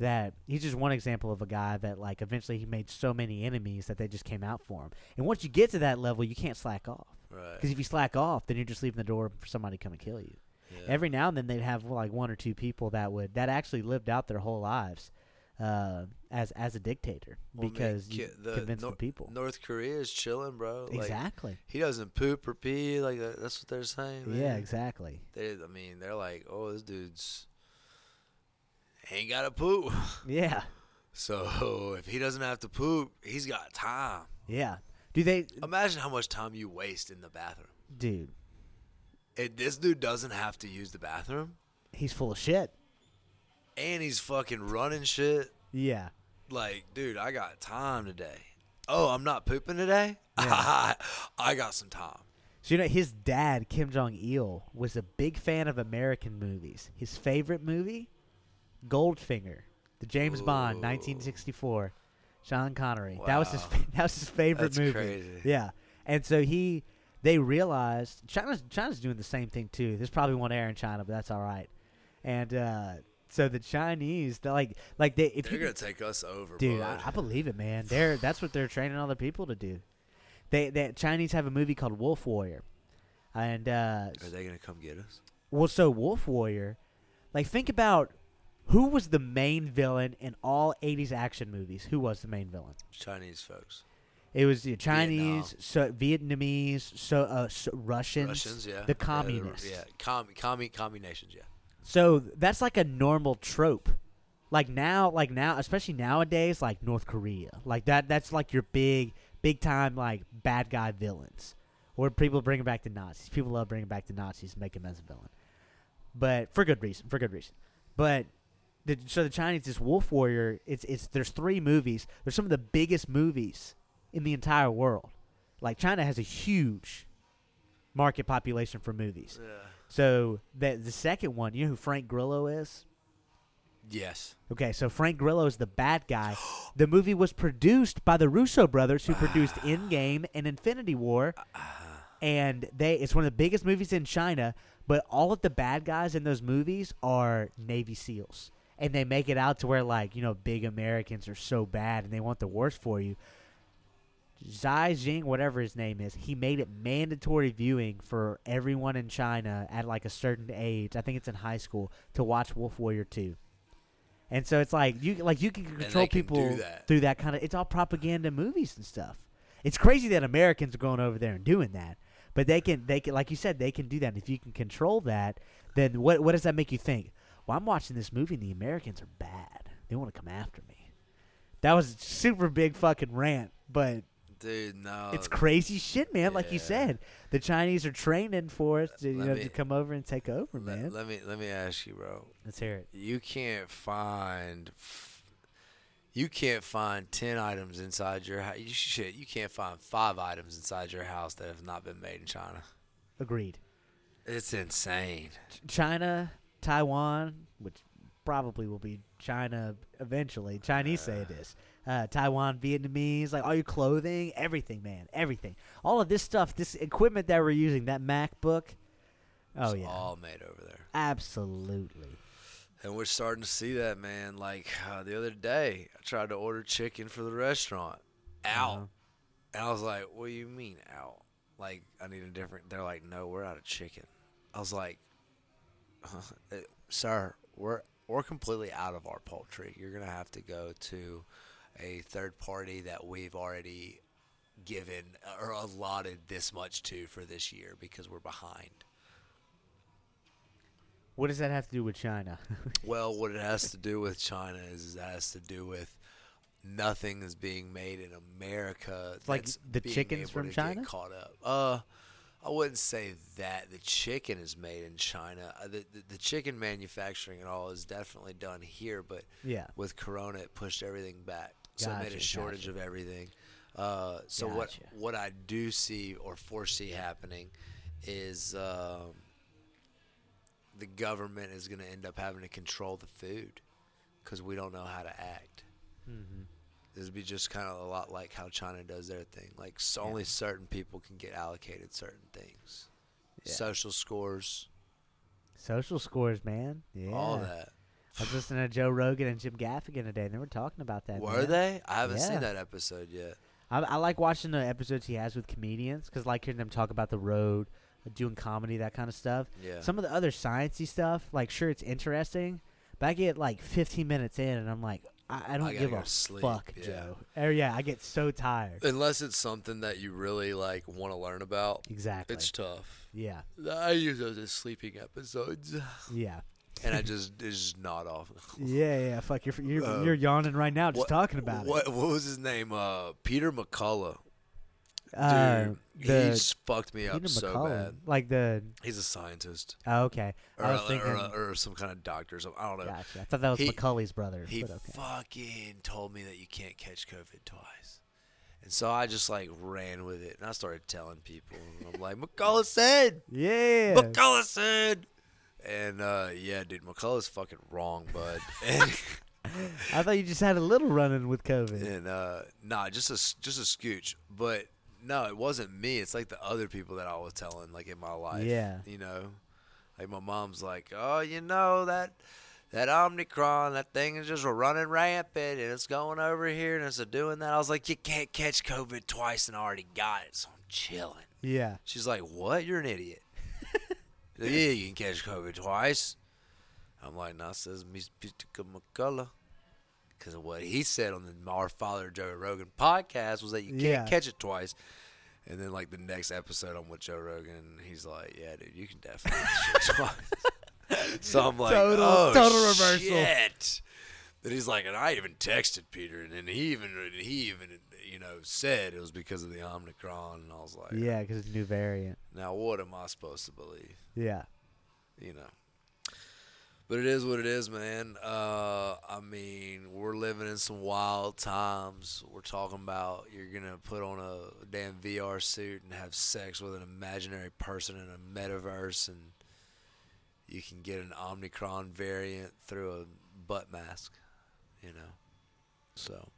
A: that he's just one example of a guy that like eventually he made so many enemies that they just came out for him. And once you get to that level, you can't slack off.
B: Right.
A: Because if you slack off, then you're just leaving the door for somebody to come and kill you.
B: yeah.
A: Every now and then they'd have like one or two people that would that actually lived out their whole lives uh, as as a dictator
B: Well, man,
A: because you
B: ki- the
A: convince
B: Nor-
A: the people.
B: North Korea is chilling, bro. Like,
A: exactly.
B: He doesn't poop or pee. Like that, that's what they're saying.
A: yeah,
B: man.
A: exactly.
B: They, I mean, they're like, oh, this dude's ain't got to poop.
A: Yeah,
B: So if he doesn't have to poop, he's got time.
A: yeah. Do they,
B: Imagine how much time you waste in the bathroom.
A: dude?
B: If this dude doesn't have to use the bathroom,
A: He's full of shit.
B: and he's fucking running shit.
A: Yeah,
B: Like, dude, I got time today. Oh, I'm not pooping today. I got some time.
A: So you know, his dad Kim Jong Il was a big fan of American movies. His favorite movie, Goldfinger, the James Bond,
B: Ooh.
A: 1964, Sean Connery. That was his
B: Wow.
A: fa- that was his favorite
B: That's
A: movie.
B: crazy.
A: Yeah, and so he they realized China's China's doing the same thing too. There's probably one air in China, but that's all right. And uh, so the Chinese, they're like like they if
B: They're
A: you
B: gonna take us over,
A: Dude, I,
B: bud.
A: I believe it, man. They're that's what they're training other people to do. They that Chinese have a movie called Wolf Warrior, and uh,
B: Are they gonna come get us?
A: well, so Wolf Warrior, like think about who was the main villain in all '80s action movies. Who was the main villain?
B: Chinese folks,
A: It was the
B: Vietnam.
A: Chinese, so Vietnamese, so, uh, so Russians,
B: Russians, yeah, Yeah,
A: the
B: they're-
A: communists.
B: yeah, com, commie, commie nations, yeah.
A: So that's like a normal trope. Like now, like now, especially nowadays, like North Korea, like that. That's like your big, big time, like bad guy villains, or people bring back the Nazis. People love bringing back the Nazis and make him as a villain, but for good reason. For good reason. But the, so the Chinese, this Wolf Warrior, it's it's there's three movies. They're some of the biggest movies in the entire world. Like China has a huge market population for movies.
B: Yeah.
A: So that the second one, you know who Frank Grillo is?
B: Yes.
A: Okay, so Frank Grillo is the bad guy. The movie was produced by the Russo brothers, who produced Endgame and Infinity War, and they it's one of the biggest movies in China. But all of the bad guys in those movies are Navy SEALs, and they make it out to where like you know big Americans are so bad and they want the worst for you. Zai Jing, whatever his name is, he made it mandatory viewing for everyone in China at like a certain age. I think it's in high school to watch Wolf Warrior Two. And so it's like you like you can control
B: they can do
A: people
B: that.
A: through that kind of. It's all propaganda movies and stuff. It's crazy that Americans are going over there and doing that, but they can they can like you said they can do that. And if you can control that, then what what does that make you think? Well, I'm watching this movie and the Americans are bad. They want to come after me. That was a super big fucking rant, but
B: Dude, no.
A: It's crazy shit, man. Like you
B: Uh, Yeah.
A: said, the Chinese are training for us to you
B: Let
A: know
B: me-
A: to come over and take over,
B: let,
A: man.
B: let me let me ask you, bro.
A: Let's hear it.
B: You can't find f- you can't find 10 items inside your house. You shit, you can't find 5 items inside your house that have not been made in China.
A: Agreed.
B: It's insane.
A: Ch- China, Taiwan, which probably will be China eventually. Chinese say it is. Uh, Taiwan, Vietnamese, like all your clothing, everything, man, everything. All of this stuff, this equipment that we're using, that MacBook. Oh
B: it's
A: yeah,
B: all made over there.
A: absolutely.
B: And we're starting to see that, man. Like uh, the other day, I tried to order chicken for the restaurant. Out.
A: Uh-huh.
B: And I was like, "What do you mean out? Like I need a different." They're like, "No, we're out of chicken." I was like, huh? Eh, "Sir, we're we're completely out of our poultry. You're gonna have to go to a third party that we've already given or allotted this much to for this year because we're behind."
A: What does that have to do with China?
B: Well, what it has to do with China is, is it has to do with nothing is being made in America. It's
A: like the chickens from China?
B: caught up. Uh, I wouldn't say that the chicken is made in China. Uh, The, the, the chicken manufacturing and all is definitely done here, but
A: yeah.
B: with Corona, it pushed everything back, so it made
A: Gotcha,
B: a shortage
A: gotcha.
B: of everything. Uh, so what
A: Gotcha.
B: what I do see or foresee happening is um, the government is going to end up having to control the food because we don't know how to act.
A: Mm-hmm.
B: This would be just kind of a lot like how China does their thing. Like s only certain people can get allocated certain things,
A: Yeah.
B: social scores,
A: Social scores, man. Yeah.
B: all that.
A: I was listening to Joe Rogan and Jim Gaffigan today, and they were talking about that.
B: Were
A: man.
B: they? I haven't
A: Yeah.
B: seen that episode yet.
A: I, I like watching the episodes he has with comedians because like hearing them talk about the road, uh, doing comedy, that kind of stuff.
B: Yeah.
A: Some of the other sciencey stuff, like sure it's interesting, but I get like 15 minutes in and I'm like, I, I don't
B: gotta
A: give
B: go
A: a
B: to sleep,
A: fuck,
B: yeah.
A: Joe. Or yeah, I get so tired.
B: Unless it's something that you really like want to learn about,
A: Exactly.
B: it's tough.
A: yeah,
B: I use those as sleeping episodes,
A: yeah,
B: and I just it's just not off.
A: yeah, yeah. Fuck, you're you're,
B: Uh,
A: you're yawning right now just
B: what-
A: talking about
B: What what was his name? Uh, Peter McCullough.
A: it.
B: Dude,
A: Uh,
B: he
A: the-
B: just fucked me
A: Peter
B: up so
A: McCullough,
B: bad.
A: like the
B: He's a scientist,
A: oh, okay.
B: or,
A: I was
B: or-
A: thinking,
B: or, or some kind of doctor. Or something. I don't know.
A: gotcha. I thought that was
B: uh, He-
A: Macaulay's brother.
B: He
A: but okay.
B: fucking told me that you can't catch COVID twice. And so I just like ran with it and I started telling people. And I'm like, McCullough said,
A: yeah.
B: McCullough said. And uh, yeah, dude, McCullough's fucking wrong, bud. and
A: I thought you just had a little run-in with COVID.
B: and, uh, nah, just a s- just a scooch. But no, it wasn't me. It's like the other people that I was telling, like in my life.
A: Yeah.
B: you know, like my mom's like, oh, you know that that Omicron, that thing is just running rampant, and it's going over here, and it's doing that. I was like, you can't catch COVID twice, and I already got it, so I'm chilling.
A: Yeah.
B: She's like, "What? You're an idiot." She's like, yeah, you can catch COVID twice. I'm like, "Nah, says Miss Peter McCullough." Because of what he said on the Our Father Joe Rogan podcast was that you can't
A: Yeah.
B: catch it twice. And then, like the next episode, I'm with Joe Rogan. and He's like, "Yeah, dude, you can definitely catch it twice." So I'm like,
A: Total-
B: "Oh,
A: total reversal."
B: shit." Then he's like, and I even texted Peter, and then he even he even you know said it was because of the Omicron, and I was like,
A: Yeah, because it's a new variant.
B: now, what am I supposed to believe?
A: Yeah.
B: You know. But it is what it is, man. Uh, I mean, we're living in some wild times. We're talking about you're gonna put on a damn VR suit and have sex with an imaginary person in a metaverse, and you can get an Omicron variant through a butt mask. You know. So.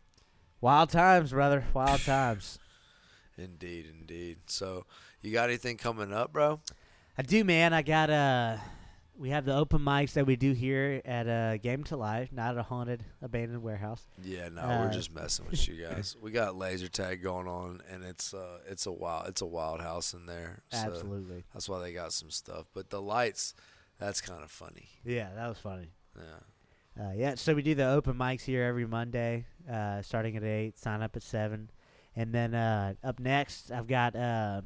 A: Wild times, brother. Wild times.
B: Indeed, indeed. So, you got anything coming up, bro?
A: I do, man. I got Uh, we have the open mics that we do here at uh, Game to Life, not at a haunted abandoned warehouse.
B: Yeah, no,
A: Uh,
B: we're just messing with you guys. we got laser tag going on, and it's uh, it's a wild, it's a wild house in there. So
A: Absolutely.
B: That's why they got some stuff, but the lights, that's kind of funny.
A: Yeah, that was funny.
B: Yeah.
A: Uh, yeah, so we do the open mics here every Monday, uh, starting at eight. Sign up at seven, and then uh, up next I've got uh,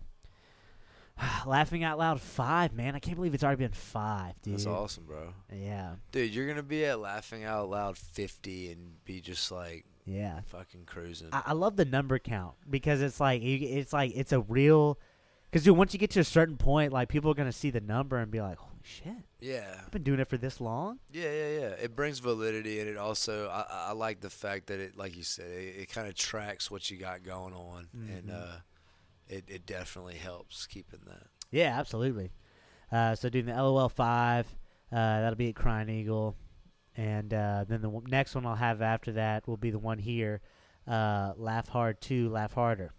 A: Laughing out loud five, man. I can't believe it's already been five, dude.
B: That's awesome, bro.
A: Yeah,
B: Dude, you're gonna be at laughing out loud 50 and be just like
A: yeah.
B: fucking cruising.
A: I, I love the number count because it's like you, it's like it's a real. Because dude, once you get to a certain point, like people are gonna see the number and be like, "Holy shit,
B: yeah,
A: I've been doing it for this long."
B: yeah, yeah, yeah. It brings validity, and it also I, I- I like the fact that it, like you said, it, it kind of tracks what you got going on,
A: Mm-hmm.
B: and uh, it it definitely helps keeping that.
A: Yeah, absolutely. Uh, so doing the LOL five, uh, that'll be at Crying Eagle, and uh, then the w- next one I'll have after that will be the one here, uh, Laugh Hard Two, Laugh Harder,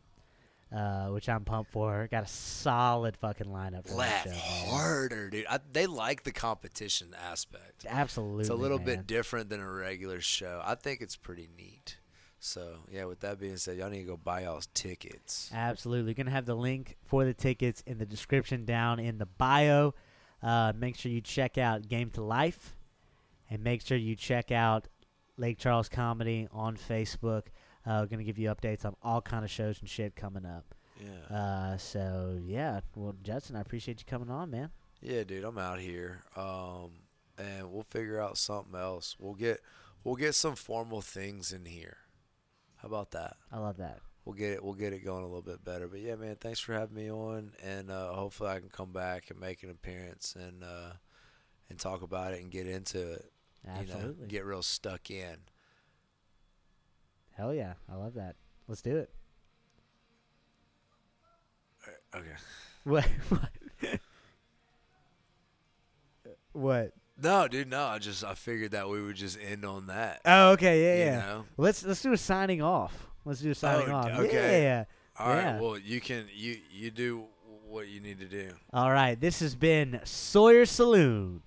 A: uh, which I'm pumped for. Got a solid fucking lineup. For
B: Laugh
A: that show, man.
B: harder, dude. I, they like the competition aspect.
A: Absolutely.
B: It's a little
A: man.
B: bit different than a regular show. I think it's pretty neat. So yeah, with that being said, y'all need to go buy y'all's tickets.
A: Absolutely. Going to have the link for the tickets in the description down in the bio. Uh, make sure you check out Game to Life and make sure you check out Lake Charles Comedy on Facebook. Uh, we're going to give you updates on all kind of shows and shit coming up.
B: Yeah.
A: Uh, so, yeah. Well, Judson, I appreciate you coming on, man.
B: Yeah, dude, I'm out here. Um, and we'll figure out something else. We'll get we'll get some formal things in here. How about that?
A: I love that.
B: We'll get it we'll get it going a little bit better. But yeah, man, thanks for having me on and uh, hopefully I can come back and make an appearance and uh, and talk about it and get into it. You know,
A: Absolutely.
B: get real stuck in.
A: Hell yeah. I love that. Let's do it.
B: Okay.
A: What? what? what?
B: No, dude, no. I just I figured that we would just end on that.
A: Oh, okay. Yeah,
B: you
A: yeah.
B: know?
A: Let's let's do a signing off. Let's do a signing
B: Oh,
A: off.
B: okay.
A: Yeah.
B: All right.
A: Yeah.
B: Well, you can you you do what you need to do.
A: All right. This has been Sawyer Saloon.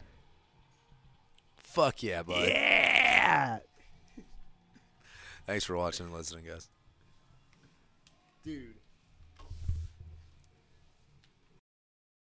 B: Fuck yeah, bud.
A: Yeah.
B: Thanks for watching and listening, guys.
A: Dude.